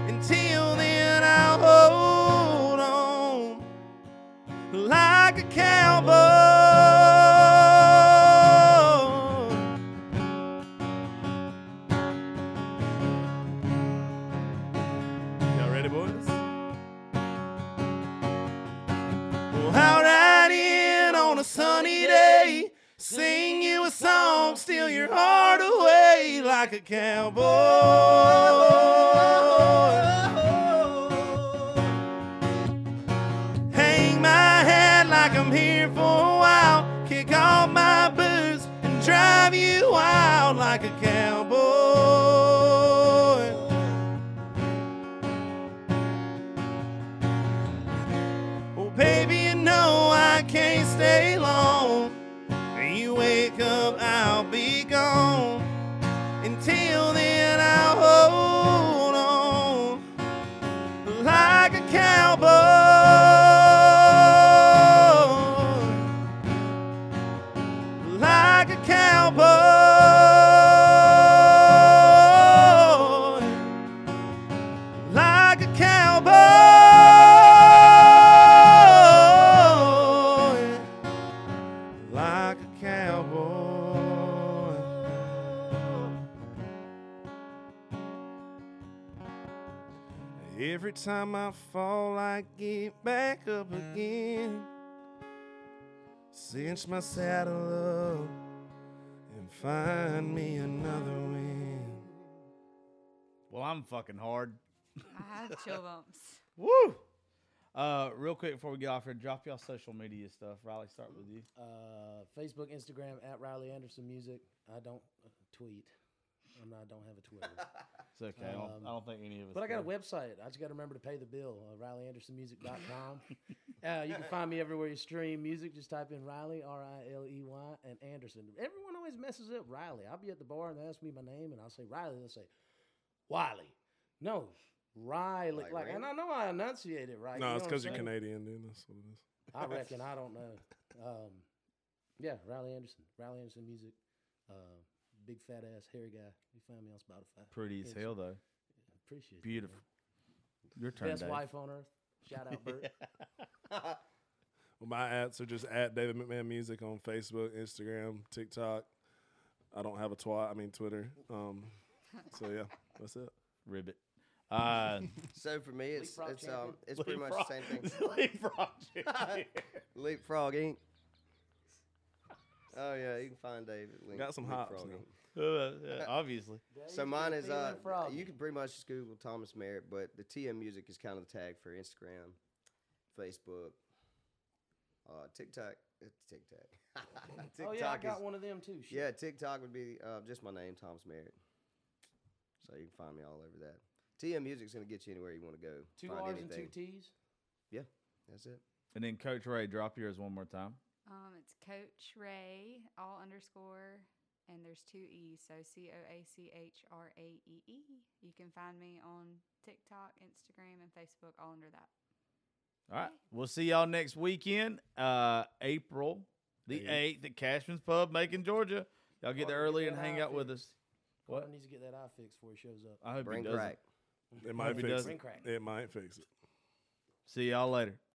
Speaker 10: Until then, I'll hold on like a cowboy. Y'all ready, boys? Well, I'll ride in on a sunny day, sing you a song, steal your heart away like a cowboy. Hang my head like I'm here for a while, kick off my boots and drive you wild like a cowboy. Well, Oh, baby, you know I can't stay long. You wake up, I'll be gone. Until then, I'll hold on like a cowboy. Like a cowboy like a cowboy, like a cowboy. Every time I fall, I get back up again, cinch my saddle up, and find me another win.
Speaker 2: Well, I'm fucking hard.
Speaker 5: I have chill bumps.
Speaker 2: Woo! Uh, real quick before we get off here, drop y'all social media stuff. Riley, start with you.
Speaker 6: Uh, Facebook, Instagram at Riley Anderson Music. I don't uh, tweet. I'm not, I don't have a Twitter.
Speaker 2: It's okay. I, don't,
Speaker 6: Um,
Speaker 2: I don't think any of us.
Speaker 6: But I got a
Speaker 2: do.
Speaker 6: website. I just got to remember to pay the bill. Uh, RileyAndersonMusic.com. uh, you can find me everywhere you stream music. Just type in Riley, R I L E Y, and Anderson. Everyone always messes up Riley. I'll be at the bar and they ask me my name, and I'll say Riley. They'll say Wiley. No, Riley.
Speaker 3: Like
Speaker 6: Like, and I know I enunciate it right.
Speaker 4: No,
Speaker 6: you
Speaker 4: it's
Speaker 6: know
Speaker 4: because
Speaker 6: what I'm
Speaker 4: you're
Speaker 6: saying?
Speaker 4: Canadian, dude. That's what it is.
Speaker 6: I reckon. I don't know. Um, yeah, Riley Anderson. Riley Anderson Music. Uh, big fat ass hairy guy. You find me on Spotify.
Speaker 2: Pretty as
Speaker 6: Yes,
Speaker 2: hell though.
Speaker 6: Appreciate it. man.
Speaker 2: Beautiful. Your turn.
Speaker 6: Best
Speaker 2: Dave.
Speaker 6: wife on earth. Shout out, Bert.
Speaker 4: Well, my ads are just at David McMahon Music on Facebook, Instagram, TikTok. I don't have a twat. I mean Twitter. Um, so yeah, that's it.
Speaker 2: Ribbit. Uh,
Speaker 3: So for me, it's
Speaker 6: Leapfrog
Speaker 3: it's um
Speaker 6: champion?
Speaker 3: it's pretty much the same thing.
Speaker 2: Leapfrog champion.
Speaker 3: Leapfrog Inc. Oh yeah, you can find David. Link,
Speaker 4: Got some
Speaker 3: Leapfrog
Speaker 4: hops now.
Speaker 3: Inc.
Speaker 2: Uh, yeah, obviously.
Speaker 3: So mine is uh,
Speaker 6: Frog.
Speaker 3: you can pretty much just Google Thomas Merritt, but the TM music is kind of the tag for Instagram, Facebook, uh, TikTok, uh, TikTok. TikTok
Speaker 6: oh yeah, I got
Speaker 3: is,
Speaker 6: one of them too. Shit.
Speaker 3: Yeah, TikTok would be uh, just my name, Thomas Merritt. So you can find me all over that. TM music's gonna get you anywhere you want to go.
Speaker 6: two
Speaker 3: find
Speaker 6: R's
Speaker 3: anything.
Speaker 6: and two T's.
Speaker 3: Yeah, that's it.
Speaker 2: And then Coach Ray, drop yours one more time.
Speaker 5: Um, it's Coach Ray, all underscore, and there's two E's, so C O A C H R A E E. You can find me on TikTok, Instagram, and Facebook, all under that.
Speaker 2: All right. We'll see y'all next weekend, uh, April the
Speaker 4: Eight.
Speaker 2: 8th at Cashman's Pub, Macon, Georgia. Y'all get there
Speaker 6: Carter,
Speaker 2: early
Speaker 6: get
Speaker 2: and
Speaker 6: that
Speaker 2: hang
Speaker 6: eye
Speaker 2: out with
Speaker 6: fixed.
Speaker 2: us.
Speaker 6: Carter
Speaker 2: What?
Speaker 6: needs to get that eye fixed before he shows up.
Speaker 2: I hope he
Speaker 3: Bring
Speaker 2: doesn't.
Speaker 3: crack.
Speaker 4: It might
Speaker 2: Hope he
Speaker 4: fix
Speaker 2: doesn't.
Speaker 4: it.
Speaker 6: Ring crack.
Speaker 4: It might fix it.
Speaker 2: See y'all later.